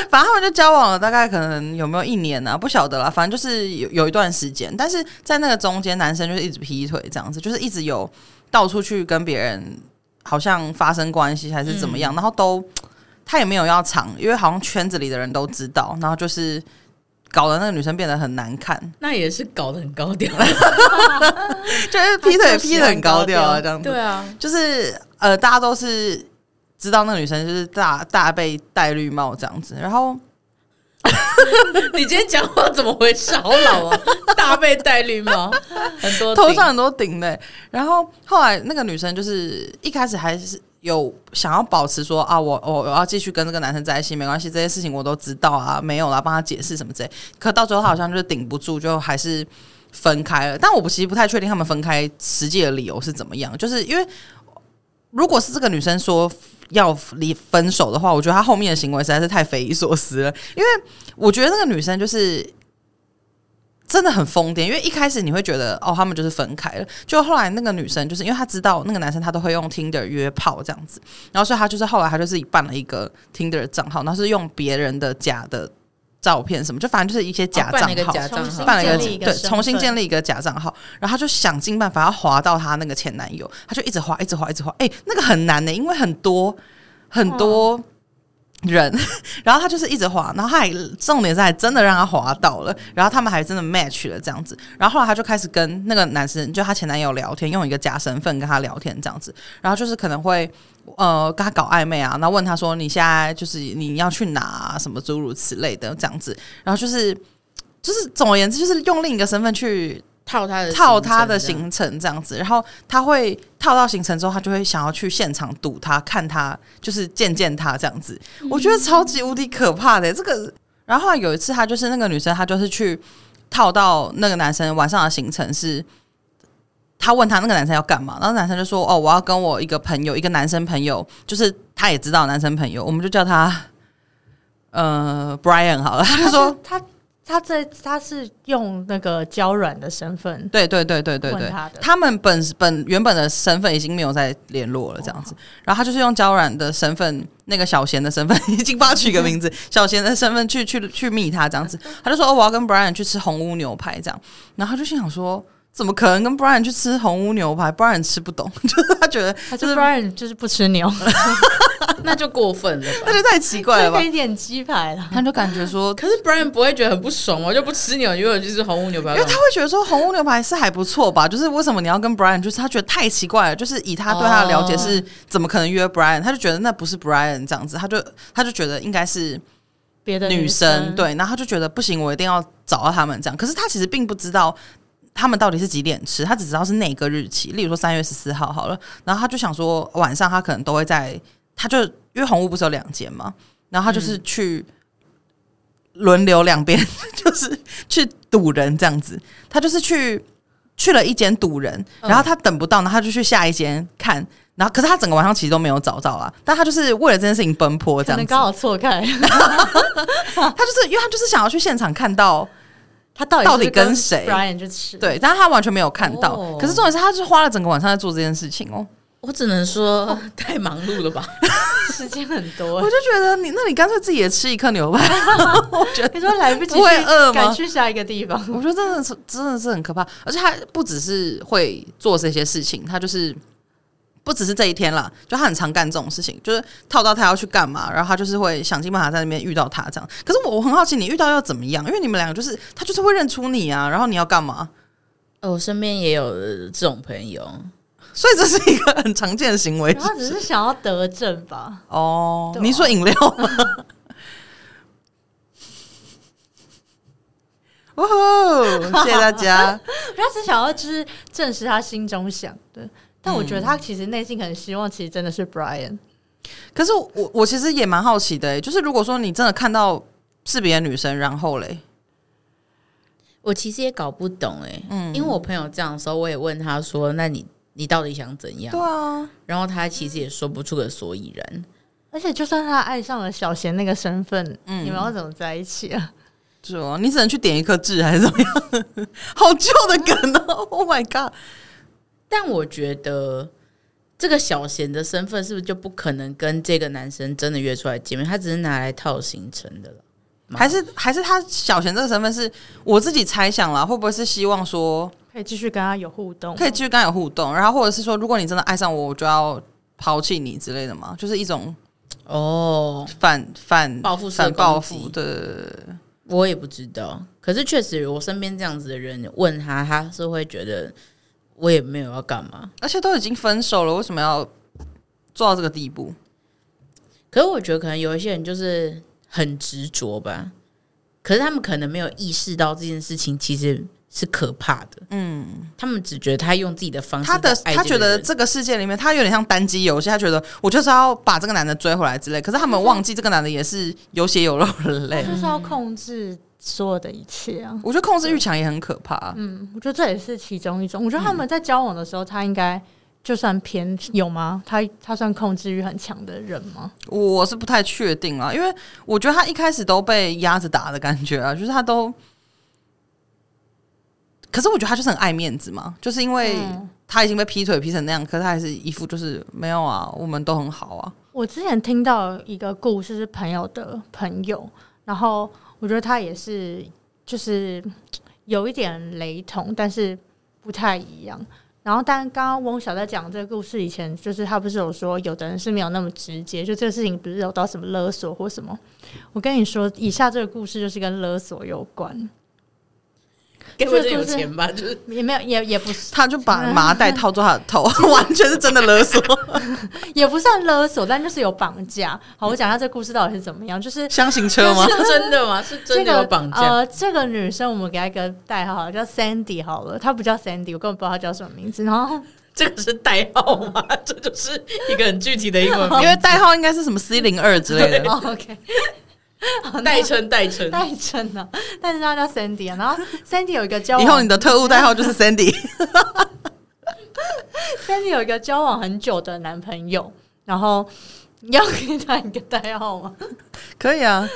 Speaker 1: 反正他们就交往了，大概可能有没有一年呢、啊？不晓得啦，反正就是有有一段时间。但是在那个中间，男生就是一直劈腿这样子，就是一直有到处去跟别人好像发生关系还是怎么样，然后都他也没有要藏，因为好像圈子里的人都知道，然后就是搞得那个女生变得很难看，
Speaker 2: 那也是搞得很高调。啊
Speaker 1: 就是劈
Speaker 3: 他
Speaker 1: 腿
Speaker 3: 就是
Speaker 1: 劈的很高调啊
Speaker 3: 很高调
Speaker 1: 这样子。
Speaker 2: 对啊，
Speaker 1: 就是呃，大家都是知道那个女生就是大大被戴绿帽这样子，然后
Speaker 2: 你今天讲话怎么回事？好老啊，大被戴绿帽，很多
Speaker 1: 头
Speaker 2: 顶
Speaker 1: 上很多顶的欸、然后后来那个女生就是一开始还是有想要保持说啊，我我我要继续跟这个男生在一起，没关系，这些事情我都知道啊，没有啦，帮他解释什么之类。可到最后她好像就是顶不住，就还是分开了。但我不其实不太确定他们分开实际的理由是怎么样，就是因为如果是这个女生说。要离分手的话，我觉得她后面的行为实在是太匪夷所思了。因为我觉得那个女生就是真的很疯癫，因为一开始你会觉得哦，他们就是分开了，就后来那个女生就是因为她知道那个男生他都会用 Tinder 约炮这样子，然后所以她就是后来她就自己办了一个 Tinder 的账号，然后是用别人的假的照片什么，就反正就是一些假
Speaker 2: 哦
Speaker 1: 账
Speaker 2: 办了一个
Speaker 1: 号。
Speaker 2: 假账号
Speaker 1: 办了
Speaker 3: 建立一
Speaker 1: 一
Speaker 3: 个
Speaker 1: 个对，
Speaker 3: 身份
Speaker 1: 重新建立一个假账号，然后她就想尽办法要滑到她那个前男友，她就一直滑，一直滑，一直滑，哎、那个很难呢、因为很多很多人， 然后她就是一直滑，然后她还重点是还真的让她滑到了，然后他们还真的 match 了这样子，然后后来她就开始跟那个男生，就她前男友聊天，用一个假身份跟他聊天这样子，然后就是可能会。呃，跟他搞暧昧啊，然后问他说：“你现在就是你要去哪、啊、什么诸如此类的这样子。”然后就是就是总而言之，就是用另一个身份去
Speaker 2: 套他的
Speaker 1: 套他的行
Speaker 2: 行程
Speaker 1: 程这样子，然后他会套到行程之后，他就会想要去现场堵他，看他就是见见他这样子，我觉得
Speaker 2: 嗯
Speaker 1: 超级无敌可怕的、欸这个。然后后来有一次，他就是那个女生，她就是去套到那个男生晚上的行程是。他问他那个男生要干嘛，然后男生就说：“哦，我要跟我一个朋友，一个男生朋友，就是他也知道男生朋友，我们就叫他呃 Brian 好了。”他就说
Speaker 3: 是他他这他是用那个娇软的身份：“，
Speaker 1: 对对对对对对
Speaker 3: 问，他的，
Speaker 1: 他们本本原本的身份已经没有再联络了，这
Speaker 3: 哦
Speaker 1: 样子。然后他就是用娇软的身份，那个小贤的身份，已经帮他取一个名 字，小贤的身份去去去密他这样子。他就说、哦、我要跟 Brian 去吃红屋牛排这样，然后他就心想说。怎么可能跟 Brian 去吃红屋牛排？Brian 吃不懂， 就是他觉得就
Speaker 3: 他就是不然就是不吃 牛，
Speaker 2: 那就过分了吧
Speaker 1: 那？就太奇怪了
Speaker 3: 可
Speaker 1: 吧
Speaker 3: 以？点鸡排了。
Speaker 1: 他就感觉说，
Speaker 2: 可是 Brian 不会觉得很不爽吗？就不吃牛，因为我就是红屋牛排
Speaker 1: 因为他会觉得说红屋牛排是还不错吧，就是为什么你要跟 Brian？就是他觉得太奇怪了，就是以他对他的了解
Speaker 2: 哦
Speaker 1: 是怎么可能约 Brian？他就觉得那不是 Brian 这样子，他就他就觉得应该是
Speaker 3: 别的
Speaker 1: 女
Speaker 3: 生
Speaker 1: 生，对，然后他就觉得不行，我一定要找到他们这样。可是他其实并不知道他们到底是几点吃，他只知道是哪个日期，例如说三月十四号好了。然后他就想说晚上他可能都会在，他就因为红屋不是有两间嘛，然后他
Speaker 3: 嗯
Speaker 1: 就是去轮流两边， 就是去堵人这样子。他就是去去了一间堵人，
Speaker 2: 嗯
Speaker 1: 然后他等不到，然后他就去下一间看。然后，可是他整个晚上其实都没有找到啊，但他就是为了这件事情奔波，这
Speaker 3: 可
Speaker 1: 样
Speaker 3: 能
Speaker 1: 子。
Speaker 3: 刚好错开，
Speaker 1: 他就是因为他就是想要去现场看到，
Speaker 3: 他到底
Speaker 1: 到底
Speaker 3: 是
Speaker 1: 跟谁
Speaker 3: ？Brian 就吃，
Speaker 1: 对，但是他完全没有看到。
Speaker 2: 哦
Speaker 1: 可是重点是，他是花了整个晚上在做这件事情哦。
Speaker 2: 我只能说 太忙碌了吧？
Speaker 3: 时间很
Speaker 1: 我
Speaker 3: 多
Speaker 1: 就。觉得你，那你干脆自己也吃一颗牛排。我觉得，
Speaker 3: 你说来不及
Speaker 1: 不会
Speaker 3: 去
Speaker 1: 饿吗
Speaker 3: 赶去下一个地方，
Speaker 1: 我觉得真的是真的是很可怕，而且他不只是会做这些事情，他就是。不只是这一天啦，就他很常干这种事情，就是套到他要去干嘛，然后他就是会想尽办法在那边遇到他这样。可是我我很好奇，你遇到要怎么样？因为你们两个就是他就是会认出你啊，然后你要干嘛？
Speaker 2: 呃我身边也有呃这种朋友，
Speaker 1: 所以这是一个很常见的行为。
Speaker 3: 然后只是想要得证吧。
Speaker 1: 哦，
Speaker 3: 对啊
Speaker 1: 你说饮料吗？呜呼，谢谢大家。
Speaker 3: 他只想要就是证实他心中想的，但我觉得
Speaker 1: 嗯
Speaker 3: 他其实内心很希望，其实真的是 Brian。
Speaker 1: 可是我我其实也蛮好奇的、欸，就是如果说你真的看到是别的女生，然后嘞，
Speaker 2: 我其实也搞不懂哎、因为我朋友这样的时候，我也问他说：“那你你到底想怎样
Speaker 1: 对啊，？”
Speaker 2: 然后他其实也说不出个所以然。
Speaker 3: 而且就算他爱上了小贤那个身份，
Speaker 1: 嗯
Speaker 3: 你们要怎么在一起啊？
Speaker 1: 是哦，你只能去点一颗痣还是怎么样？好旧的梗哦！Oh my god，
Speaker 2: 但我觉得这个小贤的身份是不是就不可能跟这个男生真的约出来见面？他只是拿来套行程的了。妈
Speaker 1: 还是还是他小贤这个身份是我自己猜想啦，会不会是希望说
Speaker 3: 可以继续跟他有互动，
Speaker 1: 可以继续跟他有互动，然后或者是说，如果你真的爱上我，我就要抛弃你之类的嘛，就是一种
Speaker 2: 哦，
Speaker 1: 反反
Speaker 2: 报复式的
Speaker 1: 反报
Speaker 2: 攻击
Speaker 1: 复，对对对对对
Speaker 2: 我也不知道。可是确实，我身边这样子的人问他，他是会觉得我也没有要干嘛。
Speaker 1: 而且都已经分手了，为什么要做到这个地步？
Speaker 2: 可是我觉得可能有一些人就是很执着吧，可是他们可能没有意识到这件事情其实是可怕的。嗯，他们只觉得他用自己的方式
Speaker 1: 他的
Speaker 2: 嗯在爱
Speaker 1: 他
Speaker 2: 这
Speaker 1: 觉
Speaker 2: 个
Speaker 1: 得
Speaker 2: 人
Speaker 1: 这个世界里面，他有点像单机游戏，他觉得我就是要把这个男的追回来之类。可是他们忘记这个男的也是有血有肉的人类。
Speaker 3: 就是要控制所有的一切啊。
Speaker 1: 我觉得控制欲强也很可怕、
Speaker 3: 嗯，我觉得这也是其中一种。我觉得
Speaker 1: 嗯
Speaker 3: 他们在交往的时候，他应该就算偏有吗？他他算控制欲很强的人吗？
Speaker 1: 我是不太确定啊，因为我觉得他一开始都被压着打的感觉啊， 就是他都。可是我觉得他就是很爱面子嘛，就是因为
Speaker 3: 嗯
Speaker 1: 他已经被劈腿劈成那样，可是他还是一副就是没有啊，我们都很好啊。
Speaker 3: 我之前听到一个故事是朋友的朋友，然后我觉得他也是就是有一点雷同，但是不太一样。然后，但刚刚翁小在讲这个故事以前，就是他不是有说，有的人是没有那么直接，就这个事情不是有到什么勒索或什么。我跟你说，以下这个故事就是跟勒索有关，
Speaker 2: 该不会
Speaker 3: 这
Speaker 2: 是
Speaker 3: 个
Speaker 2: 有
Speaker 3: 故 事
Speaker 2: 钱吧？就是
Speaker 3: 也没有，也也不是。
Speaker 1: 他就把
Speaker 2: 嗯
Speaker 1: 麻袋套住他的头， 完全是真的勒 索。
Speaker 3: 也不算勒索，但就是有绑架。好，我讲一下这故事到底是怎么样，就是
Speaker 1: 箱型车吗？
Speaker 2: 是真的吗？是真
Speaker 3: 这
Speaker 2: 的
Speaker 3: 个
Speaker 2: 有绑架？
Speaker 3: 呃，这个女生我们给她一个代号，叫 Sandy 好了，她不叫 Sandy，我根本不知道她叫什么名字。然后
Speaker 2: 这个是代号吗？这就是一个很具体的 英文
Speaker 1: 因为代号应该是什么 C 零二之类的。
Speaker 3: 哦 OK，好
Speaker 2: 代称代称。
Speaker 3: 代称呢，但是她叫 Sandy 啊。然后 Sandy 有一个交往，
Speaker 1: 以后你的特务代号就是 Sandy。
Speaker 2: 哦
Speaker 3: Sandy 有一个交往很久的男朋友，然后你要给他一个代号吗？
Speaker 1: 可以啊，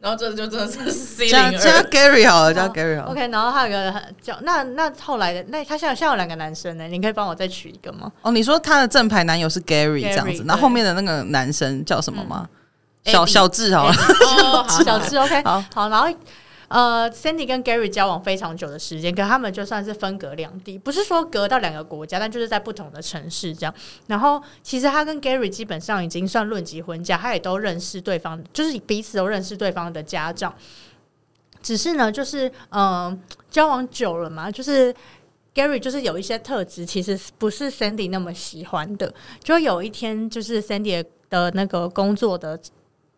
Speaker 2: 然后这就真的是 C
Speaker 1: 加
Speaker 2: 零
Speaker 1: 加
Speaker 2: 二，
Speaker 1: Gary 好了，加
Speaker 3: 哦
Speaker 1: Gary 好了。
Speaker 3: OK，然后还有一个叫那那后来的那他现在现在有两个男生呢，你可以帮我再取一个吗？
Speaker 1: 哦，你说她的正牌男友是 Gary 这样
Speaker 3: Gary，
Speaker 1: 子，
Speaker 3: 对
Speaker 1: 那后面的那个男生叫什么吗？
Speaker 2: 嗯
Speaker 1: 小
Speaker 2: Eddie
Speaker 1: 小智好了，
Speaker 2: 哦好
Speaker 3: 小智 OK，
Speaker 1: 好
Speaker 3: 好，然后呃，Sandy 跟 Gary 交往非常久的时间，可他们就算是分隔两地，不是说隔到两个国家，但就是在不同的城市这样。然后其实他跟 Gary 基本上已经算论及婚嫁，他也都认识对方，就是彼此都认识对方的家长。只是呢，就是嗯、呃交往久了嘛，就是 Gary 就是有一些特质，其实不是 Sandy 那么喜欢的。就有一天，就是 Sandy 的那个工作的，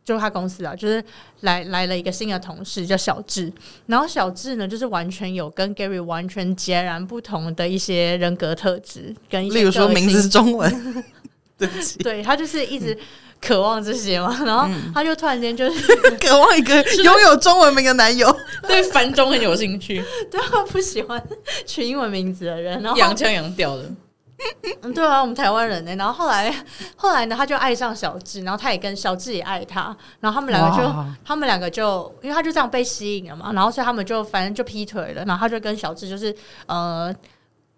Speaker 3: 就是他公司啊，就是来来了一个新的同事叫小智，然后小智呢，就是完全有跟 Gary 完全截然不同的一些人格特质，跟一些
Speaker 1: 例如说
Speaker 3: 个性
Speaker 1: 名字是中文，对不起，
Speaker 3: 对他就是一
Speaker 1: 嗯
Speaker 3: 直渴望这些嘛，然后他就突然间就是
Speaker 1: 渴望一个拥有中文名的男友。
Speaker 2: 对繁中很有兴趣，
Speaker 3: 对他不喜欢取英文名字的人，然后
Speaker 2: 洋腔洋调的。
Speaker 3: 嗯，对啊，我们台湾人呢、然后后来，后来呢，他就爱上小智，然后他也跟小智也爱他，然后他们两个就
Speaker 1: 哇，
Speaker 3: 他们两个就，因为他就这样被吸引了嘛，然后所以他们就反正就劈腿了，然后他就跟小智就是呃，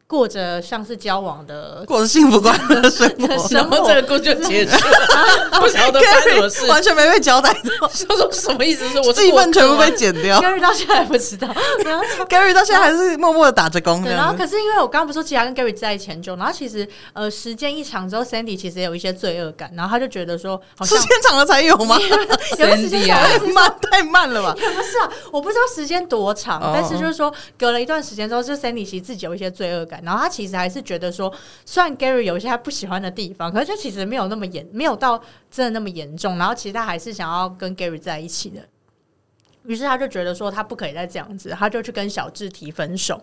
Speaker 3: 过着像是交 往的，
Speaker 1: 过着幸福快乐的生
Speaker 3: 的
Speaker 1: 活
Speaker 3: 生。
Speaker 2: 然后这个故事就结束了，不晓得发生什么事
Speaker 1: Gary 完全没被交代，
Speaker 2: 他 说什么意思？是我
Speaker 1: 这一
Speaker 2: 是
Speaker 1: 份
Speaker 2: 笨
Speaker 1: 全部被剪掉。
Speaker 3: 因为到现在还不 知道，然后
Speaker 1: Gary 到现在还是默默的打着工，这
Speaker 3: 对，然
Speaker 1: 样
Speaker 3: 后
Speaker 1: 子
Speaker 3: 可是因为我刚刚不是说，其实他跟 Gary 在一起很久，然后其实呃，时间一长之后，Sandy 其实也有一些罪恶感，然后他就觉得说，好
Speaker 1: 是
Speaker 3: 像
Speaker 1: 现场的才有吗？
Speaker 3: 有个时间
Speaker 2: Sandy
Speaker 3: 长
Speaker 2: 啊
Speaker 1: 太 慢，太慢了吧？
Speaker 3: 也 不是啊，我不知道时间多长，
Speaker 1: 哦
Speaker 3: 但是就是说，隔了一段时间之后，就 Sandy 其实自己有一些罪恶感，然后他其实还是觉得说，虽然 Gary 有一些他不喜欢的地方，可是就其实没有那么
Speaker 1: 嗯
Speaker 3: 严，没有到真的那么严重，然后其实他还是想要跟 Gary 在一起的。于是他就觉得说他不可以再这样子，他就去跟小智提分手，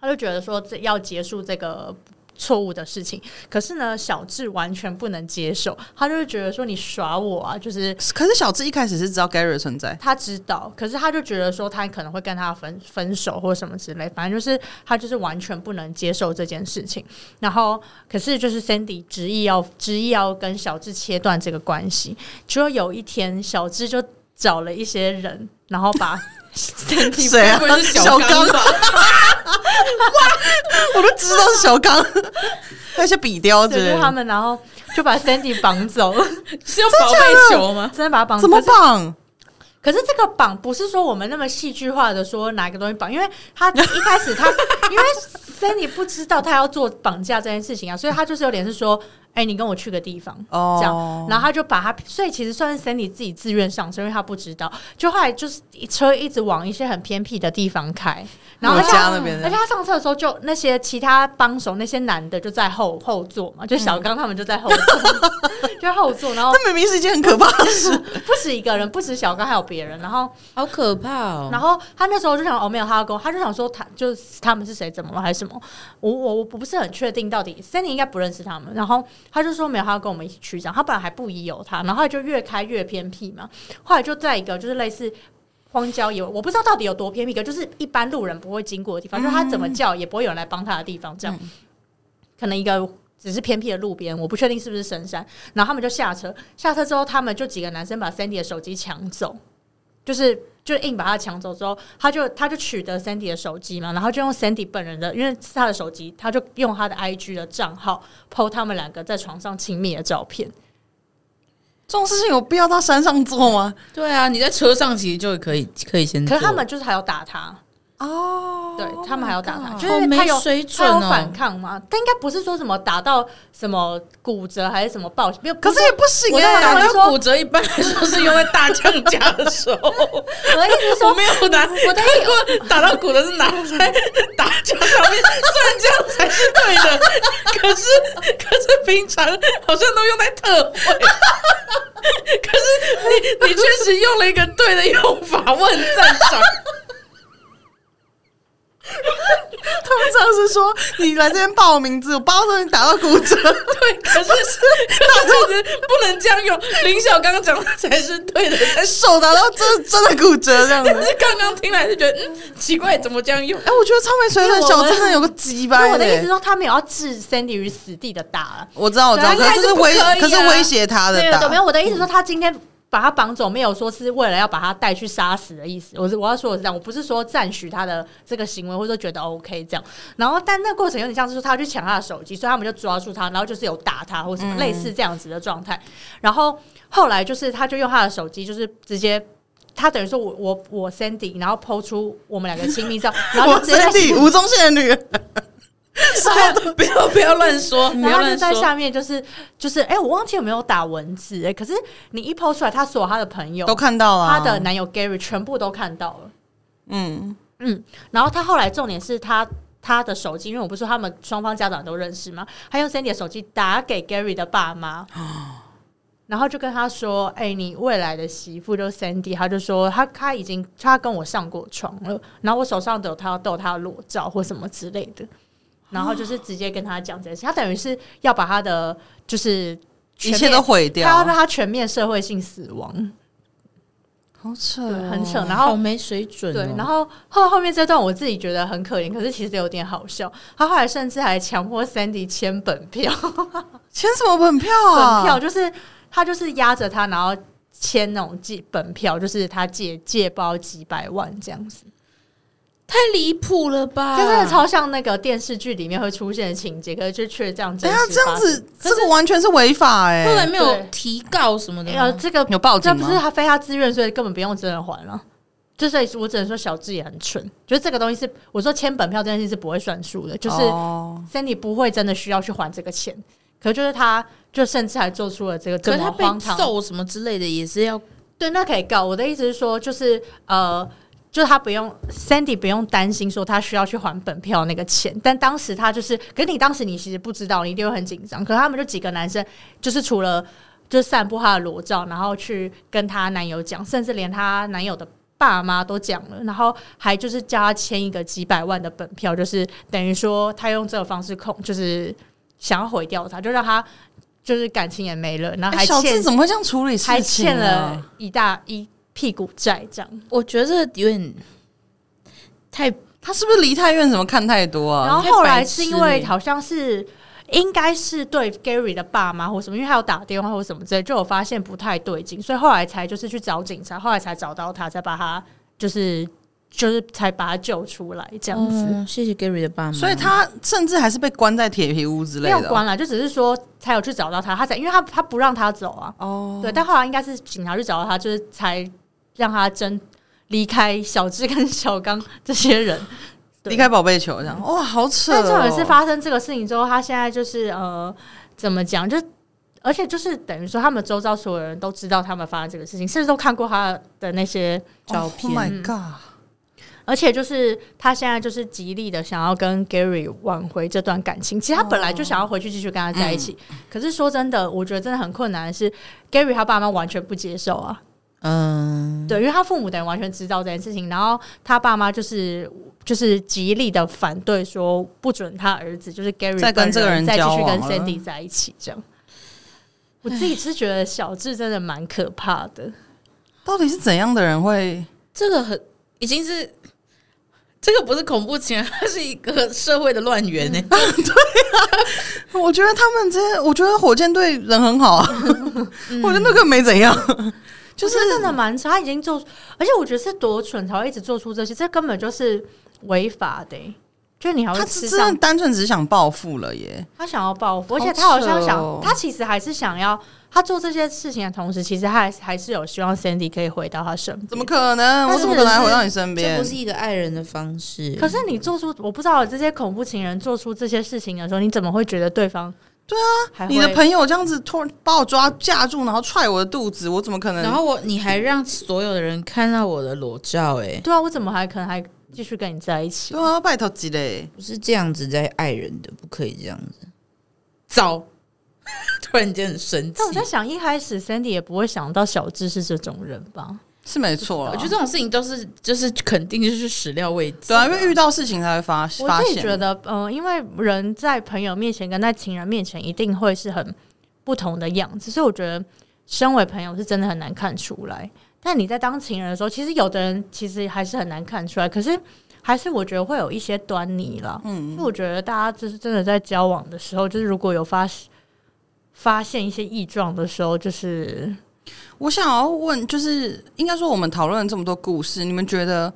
Speaker 3: 他就觉得说这要结束这个错误的事情。可是呢，小智完全不能接受，他就是觉得说你耍我啊，就是
Speaker 1: 可是小智一开始是知道 Gary 的存在，
Speaker 3: 他知道，可是他就觉得说他可能会跟他分分手或什么之类，反正就是他就是完全不能接受这件事情。然后，可是就是 Sandy 执意要执意要跟小智切断这个关系，结果有一天小智就找了一些人，然后 把 Sandy
Speaker 1: 谁啊
Speaker 2: 不会是？
Speaker 1: 小
Speaker 2: 小
Speaker 1: 刚
Speaker 2: 刚
Speaker 1: 吧？
Speaker 3: 啊
Speaker 1: 我都知道是小刚，还有一些笔雕之
Speaker 3: 对，
Speaker 1: 类
Speaker 3: 就是他
Speaker 1: 的，
Speaker 3: 们，然后就把 Sandy 绑走，
Speaker 2: 是用宝贝球吗？
Speaker 3: 真的把他绑走。
Speaker 1: 怎么绑？
Speaker 3: 可是这个绑不是说我们那么戏剧化的说哪个东西绑，因为他一开始他 因为 Sandy 不知道他要做绑架这件事情啊，所以他就是有点是说，哎、你跟我去个地方。
Speaker 1: 哦
Speaker 3: 这样，然后他就把他，所以其实算是 Sandy 自己自愿上车，因为他不知道。就后来就是车一直往一些很偏僻的地方开，然后
Speaker 1: 我
Speaker 3: 而且
Speaker 1: 嗯家
Speaker 3: 他
Speaker 1: 那边
Speaker 3: 而且他上车的时候就，那些其他帮手那些男的就在后后座嘛，就小刚他们就在后座， 就后座，然后
Speaker 1: 那明明是一件很可怕的事，
Speaker 3: 不止一个人，不止小刚，还有别人，然后
Speaker 2: 好可怕哦！
Speaker 3: 然后他那时候就想，哦，没有，他要跟我，他就想说他就是他们是谁，怎么了还是什么？我我我不是很确定到底 Sandy 应该不认识他们。然后他就说没有，他要跟我们一起去这样。他本来还不疑有他，然后他就越开越偏僻嘛。后来就在一个就是类似。荒郊野，我不知道到底有多偏僻，可就是一般路人不会经过的地方，就是他怎么叫也不会有人来帮他的地方，这样。可能一个只是偏僻的路边，我不确定是不是深山。然后他们就下车，下车之后，他们就几个男生把 Sandy 的手机抢走，就是就硬把他抢走之后，他就他就取得 Sandy 的手机嘛，然后就用 Sandy 本人的，因为是他的手机，他就用他的 IG 的账号 PO 他们两个在床上亲密的照片。
Speaker 1: 这种事情有必要到山上做吗？
Speaker 2: 对啊，你在车上其实就可以可以先
Speaker 3: 可
Speaker 2: 做，
Speaker 3: 是他们就是还要打他，
Speaker 1: 哦，
Speaker 3: 对他们还要打他，就
Speaker 2: 好
Speaker 3: 是
Speaker 2: 没
Speaker 3: 他有
Speaker 2: 水
Speaker 3: 他
Speaker 2: 准
Speaker 3: 有
Speaker 2: 哦
Speaker 3: 反！抗吗？但应该不是说什么打到什么骨折还是什么报，没有，
Speaker 1: 可是也不行
Speaker 3: 我
Speaker 1: 哎、
Speaker 3: 在
Speaker 2: 打
Speaker 3: 我就说
Speaker 2: 到骨折一般来说是用在大降价的时 候，
Speaker 3: 我的意思是
Speaker 2: 我
Speaker 3: 说
Speaker 2: 没有打，
Speaker 3: 我的
Speaker 2: 看过打到骨折是拿在打架上面，虽然这样才是对的，可是可是平常好像都用在特惠， 可是你你确实用了一个对的用法，我很赞赏。
Speaker 1: 通常是说你来这边报我名字，我报到你打到骨折，
Speaker 2: 对，可是可是不能这样用。林晓刚刚讲的才是对的， 但是
Speaker 1: 手打到真真的骨折这样子。
Speaker 2: 但是刚刚听来就觉得嗯奇怪，怎么这样 用？
Speaker 1: 哎、我觉得超没水准，小真的有个鸡巴、
Speaker 3: 那
Speaker 1: 欸。
Speaker 3: 我的意思是说，他没有要置 Sandy 于死地的打了，
Speaker 1: 我知道，我知道，
Speaker 2: 但是
Speaker 1: 可
Speaker 2: 还
Speaker 1: 就是是
Speaker 2: 不
Speaker 1: 威
Speaker 2: 可以，啊
Speaker 1: 可是威胁他的
Speaker 3: 对
Speaker 1: 打
Speaker 3: 对，，没有。我的意思是说，他今天把他绑走，没有说是为了要把他带去杀死的意思。我是我要说的是这样，我不是说赞许他的这个行为，或者说觉得 OK 这样。然后，但那过程有点像是说，他去抢他的手机，所以他们就抓住他，然后就是有打他或什
Speaker 1: 嗯
Speaker 3: 么类似这样子的状态。然后后来就是，他就用他的手机，就是直接。他等于说我我我 Sandy，然后抛出我们两个亲 密照，然后
Speaker 1: 我
Speaker 3: 就直接在
Speaker 1: 身体吴宗宪的女人，
Speaker 2: 不要不要乱说，不
Speaker 3: 然
Speaker 2: 要
Speaker 3: 后他就
Speaker 2: 乱
Speaker 3: 在
Speaker 2: 说。
Speaker 3: 下面就是就是，哎、我忘记有没有打文字哎、可是你一抛出来，他所有他的朋友
Speaker 1: 都、看到了、
Speaker 3: 他的，男友 Gary 全部都看到了。
Speaker 1: 嗯，
Speaker 3: 嗯，然后他后来重点是他他的手机，因为我不是说他们双方家长都认识吗？他用 Sandy 的手机打给 Gary 的 爸妈，然后就跟他说：“哎、你未来的媳妇就是 Sandy。”他就说他他已经他跟我上过床了，然后我手上都有他都有他的裸照或什么之类的，然后就是直接跟他讲这件事，他等于是要把他的就是
Speaker 1: 一
Speaker 3: 全面
Speaker 1: 切都毁
Speaker 3: 他要
Speaker 1: 掉
Speaker 3: 让，他全面社会性死亡，
Speaker 1: 好扯
Speaker 3: 对，
Speaker 1: 哦，
Speaker 3: 很扯。然后
Speaker 2: 好没水准、哦
Speaker 3: 对，然后后后面这段我自己觉得很可怜，可是其实有点好笑。他后来甚至还强迫 Sandy 签本票，
Speaker 1: 签什么本票啊？
Speaker 3: 本票就是他就是压着他，然后签那种借本票，就是他借借包几百万这样子，
Speaker 2: 太离谱了吧？
Speaker 3: 这真的超像那个电视剧里面会出现的情节，可是就哎却这样真
Speaker 1: 等一
Speaker 3: 实
Speaker 1: 下
Speaker 3: 发生。
Speaker 1: 哎这样子，
Speaker 2: 可
Speaker 1: 这
Speaker 2: 是
Speaker 1: 个完全是违法哎、
Speaker 2: 后来没有
Speaker 3: 对
Speaker 2: 提告什么的
Speaker 3: 哎
Speaker 2: 吗，
Speaker 3: 呀，这个
Speaker 1: 有报
Speaker 3: 这
Speaker 1: 警
Speaker 3: 不
Speaker 1: 吗
Speaker 3: 是？他非他自愿，所以根本不用真人还了。就所以我只能说小智也很蠢，就是这个东西是我说签本票这件事是不会算数的，就是。
Speaker 1: 哦
Speaker 3: Sandy 不会真的需要去还这个钱，可就是他就甚至还做出了这个
Speaker 2: 可
Speaker 3: 这
Speaker 2: 是
Speaker 3: 么
Speaker 2: 他被
Speaker 3: 荒唐。
Speaker 2: 揍什么之类的也是要
Speaker 3: 对，那可以告。我的意思是说，就是呃，就是他不用 Sandy 不用担心说他需要去还本票那个钱，但当时他就是，可是你当时你其实不知道，你一定会很紧张。可是他们就几个男生，就是除了就散布他的裸照，然后去跟她男友讲，甚至连她男友的爸妈都讲了，然后还就是叫他签一个几百万的本票，就是等于说他用这种方式控，就是想要毁掉他，就让他就是感情也没了，然后
Speaker 1: 哎、
Speaker 3: 还
Speaker 1: 小
Speaker 3: 欠、
Speaker 1: 智怎么会这样处理事情、啊？
Speaker 3: 还欠了一大一屁股债这样。
Speaker 2: 我觉得有点太
Speaker 1: 他是不是梨泰院怎么看太多啊？
Speaker 3: 然后
Speaker 2: 太
Speaker 3: 后
Speaker 2: 白
Speaker 3: 来是
Speaker 2: 痴
Speaker 3: 因
Speaker 2: 了
Speaker 3: 为
Speaker 2: 耶
Speaker 3: 好像是应该是对 Gary 的爸妈或什么，因为他有打电话或什么之类，就有发现不太对劲，所以后来才就是去找警察，后来才找到他，才把他就是就是才把他救出来这
Speaker 2: 这
Speaker 3: 样子。
Speaker 1: 嗯
Speaker 2: 谢谢 Gary 的爸妈，
Speaker 1: 所以他甚至还是被关在铁皮屋之
Speaker 3: 没
Speaker 1: 类
Speaker 3: 有
Speaker 1: 的哦。
Speaker 3: 关啦，就只是说才有去找到他，他才因为他他不让他走啊，
Speaker 1: 哦，
Speaker 3: 对，但后来应该是警察去找到他，就是才让他真离开小智跟小刚这些人。对嗯
Speaker 1: 离开宝贝球这样，哇，好扯、哦！
Speaker 3: 但重点是发生这个事情之后，他现在就是呃，怎么讲？就而且就是等于说，他们周遭所有人都知道他们发生这个事情，甚至都看过他的那些照片。
Speaker 1: Oh my god！
Speaker 3: 而且就是他现在就是极力的想要跟 Gary 挽回这段感情。其实他本来就想要回去继续跟他在一起，可是说真的，我觉得真的很困难的是 Gary 他爸妈完全不接受啊。
Speaker 2: 嗯，
Speaker 3: 对，因为他父母等于完全知道这件事情，然后他爸妈就是就是极力的反对，说不准他儿子就是 Gary
Speaker 1: 再跟
Speaker 3: 本
Speaker 1: 这个人
Speaker 3: 再继
Speaker 1: 交
Speaker 3: 续
Speaker 1: 往
Speaker 3: 跟
Speaker 1: 了
Speaker 3: Sandy 在一起这样。我自己是觉得小智真的蛮可怕的，
Speaker 1: 到底是怎样的人会？
Speaker 2: 这个很已经是。这个不是恐怖情人，它是一个社会的乱源欸呢、
Speaker 3: 嗯
Speaker 1: 我觉得他们这些，我觉得火箭队人很好啊，
Speaker 3: 嗯
Speaker 1: 我觉得那个没怎样，就
Speaker 3: 就是是真的蛮差，他已经做，而且我觉得是多蠢才会一直做出这些，这根本就是违法的欸、就是你还会
Speaker 1: 他
Speaker 3: 吃
Speaker 1: 真
Speaker 3: 上
Speaker 1: 的单纯只想报复了耶。
Speaker 3: 他想要报复，而且
Speaker 1: 好
Speaker 3: 他好像
Speaker 1: 扯
Speaker 3: 想，
Speaker 1: 哦
Speaker 3: 他其实还是想要，他做这些事情的同时，其实他还还是有希望 Sandy 可以回到他身边。
Speaker 1: 怎么可能？
Speaker 2: 但
Speaker 1: 我
Speaker 2: 是
Speaker 1: 怎么可能还回到你身
Speaker 2: 这
Speaker 1: 边
Speaker 2: 不？是一个爱人的方式。
Speaker 3: 可是你做出，我不知道这些恐怖情人做出这些事情的时候，你怎么会觉得对方？对啊
Speaker 1: 你的朋友这样子突然把我抓架住，然后踹我的肚子，我怎么可能？
Speaker 2: 然后我你还让所有的人看到我的裸照、哎，
Speaker 3: 对啊，我怎么还可能还继续跟你在一起
Speaker 1: 对？啊，拜托几嘞，
Speaker 2: 不是这样子在爱人的，不可以这样子。糟， 突然间很生气
Speaker 3: 啊但。我在想，一开始 Sandy 也不会想到小智是这种人吧？
Speaker 1: 是没错啦。
Speaker 2: 我觉得这种事情都是就是肯定就是始料未及。
Speaker 1: 对啊，因为遇到事情才会发
Speaker 3: 我
Speaker 1: 发
Speaker 3: 自己
Speaker 1: 现。
Speaker 3: 觉得，嗯、因为人在朋友面前跟在情人面前一定会是很不同的样子，所以我觉得身为朋友是真的很难看出来。但你在当情人的时候，其实有的人其实还是很难看出来，可是还是我觉得会有一些端倪啦。嗯，所以我觉得大家就是真的在交往的时候，就是如果有发发现一些异状的时候，就是
Speaker 1: 我想要问，就是应该说我们讨论了这么多故事，你们觉得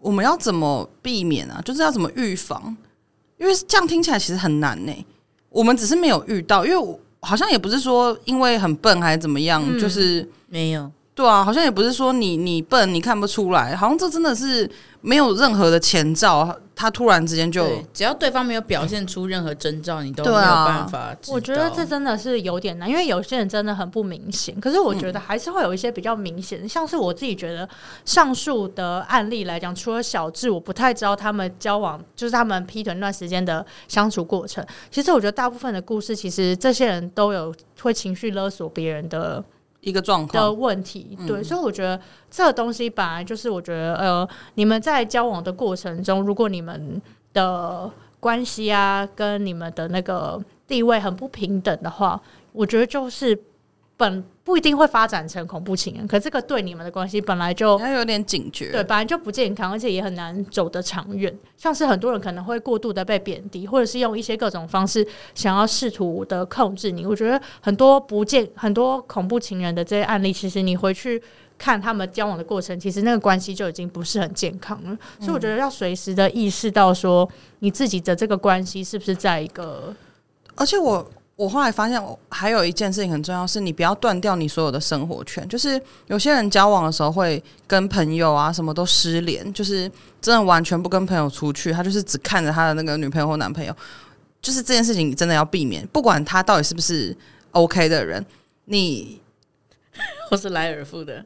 Speaker 1: 我们要怎么避免啊？就是要怎么预防？因为这样听起来其实很难呢、我们只是没有遇到，因为我好像也不是说因为很笨还是怎么样，
Speaker 3: 嗯
Speaker 1: 就是
Speaker 2: 没有，
Speaker 1: 对啊，好像也不是说你你笨你看不出来，好像这真的是没有任何的前兆，他突然之间就
Speaker 2: 对，只要对方没有表现出任何征兆，你都没
Speaker 1: 对
Speaker 2: 有
Speaker 1: 啊
Speaker 2: 办法知道。
Speaker 3: 我觉得这真的是有点难，因为有些人真的很不明显。可是我觉得还是会有一些比较明显的，像是我自己觉得上述的案例来讲，除了小智，我不太知道他们交往，就是他们劈腿那段时间的相处过程。其实我觉得大部分的故事，其实这些人都有会情绪勒索别人的
Speaker 1: 一个状
Speaker 3: 的
Speaker 1: 况。嗯
Speaker 3: 问题。对，所以我觉得这个东西本来就是，我觉得呃，你们在交往的过程中，如果你们的关系啊，跟你们的那个地位很不平等的话，我觉得就是本不一定会发展成恐怖情人，可这个对你们的关系本来就
Speaker 1: 要有点警觉，
Speaker 3: 对，本来就不健康，而且也很难走得长远。像是很多人可能会过度的被贬低，或者是用一些各种方式想要试图的控制你。我觉得很多不健、很多恐怖情人的这些案例，其实你回去看他们交往的过程，其实那个关系就已经不是很健康了。所以我
Speaker 1: 嗯
Speaker 3: 觉得要随时的意识到说，你自己的这个关系是不是在一个
Speaker 1: 而且我我后来发现，我还有一件事情很重要，是你不要断掉你所有的生活圈。就是有些人交往的时候会跟朋友啊什么都失联，就是真的完全不跟朋友出去，他就是只看着他的那个女朋友或男朋友。就是这件事情真的要避免，不管他到底是不是 OK 的人，你
Speaker 2: 我是莱尔富 的，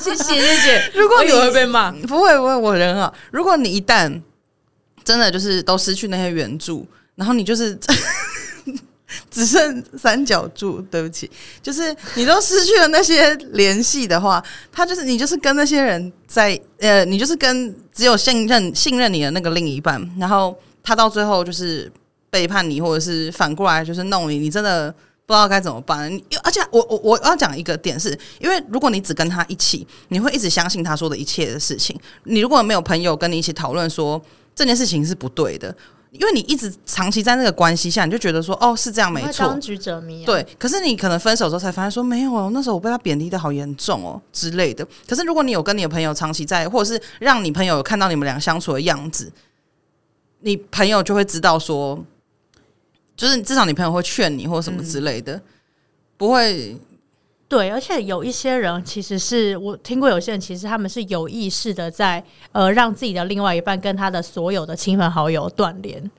Speaker 2: 谢谢谢谢。
Speaker 1: 如果
Speaker 2: 我
Speaker 1: 你
Speaker 2: 以为会被骂，
Speaker 1: 不会不会，我人很好。如果你一旦真的就是都失去那些援助，然后你就是 只剩三角柱，对不起，就是你都失去了那些联系的话，他就是你就是跟那些人在呃，你就是跟只有信任信任你的那个另一半，然后他到最后就是背叛你，或者是反过来就是弄你，你真的不知道该怎么办。你而且我我我要讲一个点是，因为如果你只跟他一起，你会一直相信他说的一切的事情。你如果没有朋友跟你一起讨论说这件事情是不对的。因为你一直长期在那个关系下，你就觉得说，哦，是这样没
Speaker 3: 会
Speaker 1: 错，
Speaker 3: 当局者迷、啊。，
Speaker 1: 对，可是你可能分手之后才发现说没有哦，那时候我被他贬低的好严重哦之类的。可是如果你有跟你的朋友长期在，或者是让你朋友有看到你们俩相处的样子，你朋友就会知道说，就是至少你朋友会劝你或什么之类的，不会
Speaker 3: 对，而且有一些人其实是我听过，有些人其实他们是有意识的在呃让自己的另外一半跟他的所有的亲朋好友断联，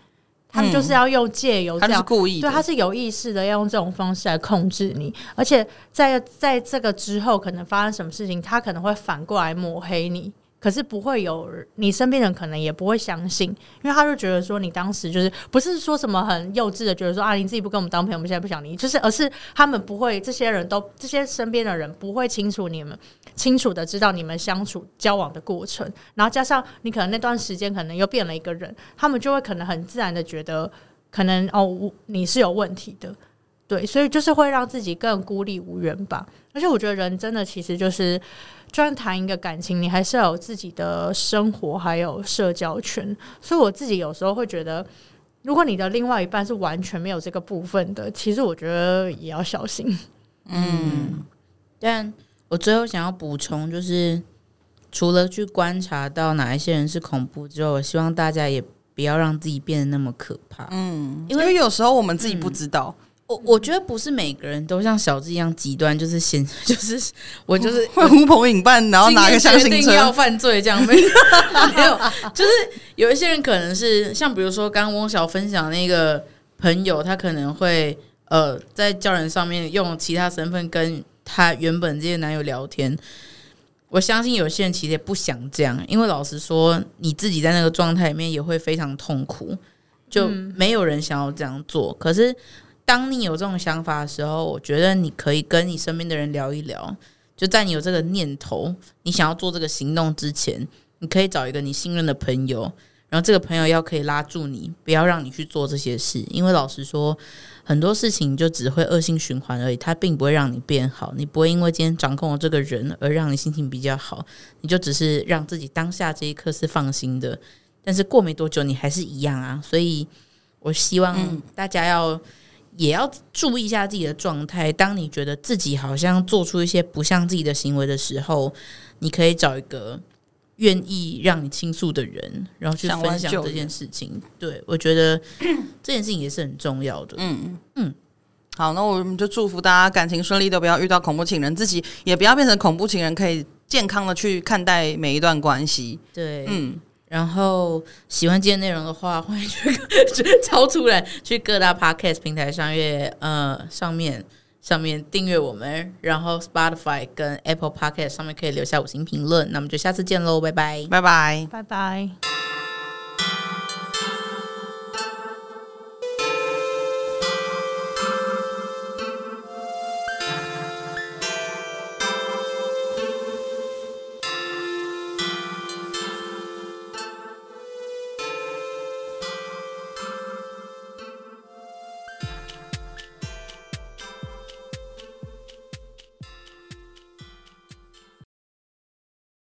Speaker 3: 他们就是要用借由
Speaker 1: 嗯他就是
Speaker 3: 这样。
Speaker 1: 故意
Speaker 3: 对，
Speaker 1: 的。
Speaker 3: 他是有意识的要用这种方式来控制你，而且在在这个之后，可能发生什么事情，他可能会反过来抹黑你，可是不会有你身边人可能也不会相信，因为他就觉得说你当时就是不是说什么很幼稚的，觉得说啊你自己不跟我们当朋友，我们现在不想理你，就是而是他们不会，这些人都这些身边的人不会清楚你们清楚的知道你们相处交往的过程，然后加上你可能那段时间可能又变了一个人，他们就会可能很自然的觉得，可能哦我你是有问题的，对，所以就是会让自己更孤立无援吧。而且我觉得人真的其实就是，就算谈一个感情，你还是要有自己的生活还有社交圈。所以我自己有时候会觉得。如果你的另外一半是完全没有这个部分的，其实我觉得也要小心。
Speaker 1: 嗯
Speaker 2: 但我最后想要补充就是，除了去观察到哪一些人是恐怖之后，我希望大家也不要让自己变得那么可怕。
Speaker 1: 嗯，因
Speaker 2: 因为
Speaker 1: 为有时候我们自己不知道，
Speaker 2: 我我觉得不是每个人都像小智一样极端， 就是先就是我就是
Speaker 1: 会呼朋引伴，然后拿个相
Speaker 2: 今
Speaker 1: 信
Speaker 2: 天决定要
Speaker 1: 车，
Speaker 2: 犯罪这样， 没有没有，就是有一些人可能是像比如说刚刚翁晓分享那个朋友，他可能会呃在交人上面用其他身份跟他原本这些男友聊天。我相信有些人其实也不想这样，因为老实说，你自己在那个状态里面也会非常痛苦，就没有人想要这样做。可是，当你有这种想法的时候，我觉得你可以跟你身边的人聊一聊，就在你有这个念头，你想要做这个行动之前，你可以找一个你信任的朋友，然后这个朋友要可以拉住你，不要让你去做这些事，因为老实说，很多事情就只会恶性循环而已，它并不会让你变好，你不会因为今天掌控了这个人而让你心情比较好，你就只是让自己当下这一刻是放心的，但是过没多久你还是一样啊，所以我希望大家要、也要注意一下自己的状态。当你觉得自己好像做出一些不像自己的行为的时候，你可以找一个愿意让你倾诉的人，然后去
Speaker 1: 想
Speaker 2: 分
Speaker 1: 完
Speaker 2: 享
Speaker 1: 就
Speaker 2: 这件
Speaker 1: 远
Speaker 2: 事情。对我觉得 这件事情也是很重要的。
Speaker 1: 嗯
Speaker 2: 嗯
Speaker 1: 嗯，好，那我们就祝福大家感情顺利，都不要遇到恐怖情人，自己也不要变成恐怖情人，可以健康的去看待每一段关系。
Speaker 2: 对，
Speaker 1: 嗯，
Speaker 2: 然后喜欢今天内容的话，欢迎去 去超出来去各大 podcast 平台上面，呃，上面上面订阅我们，然后 Spotify 跟 Apple Podcast 上面可以留下五星评论。那我们就下次见喽，拜拜。
Speaker 1: 拜拜。
Speaker 3: 拜拜。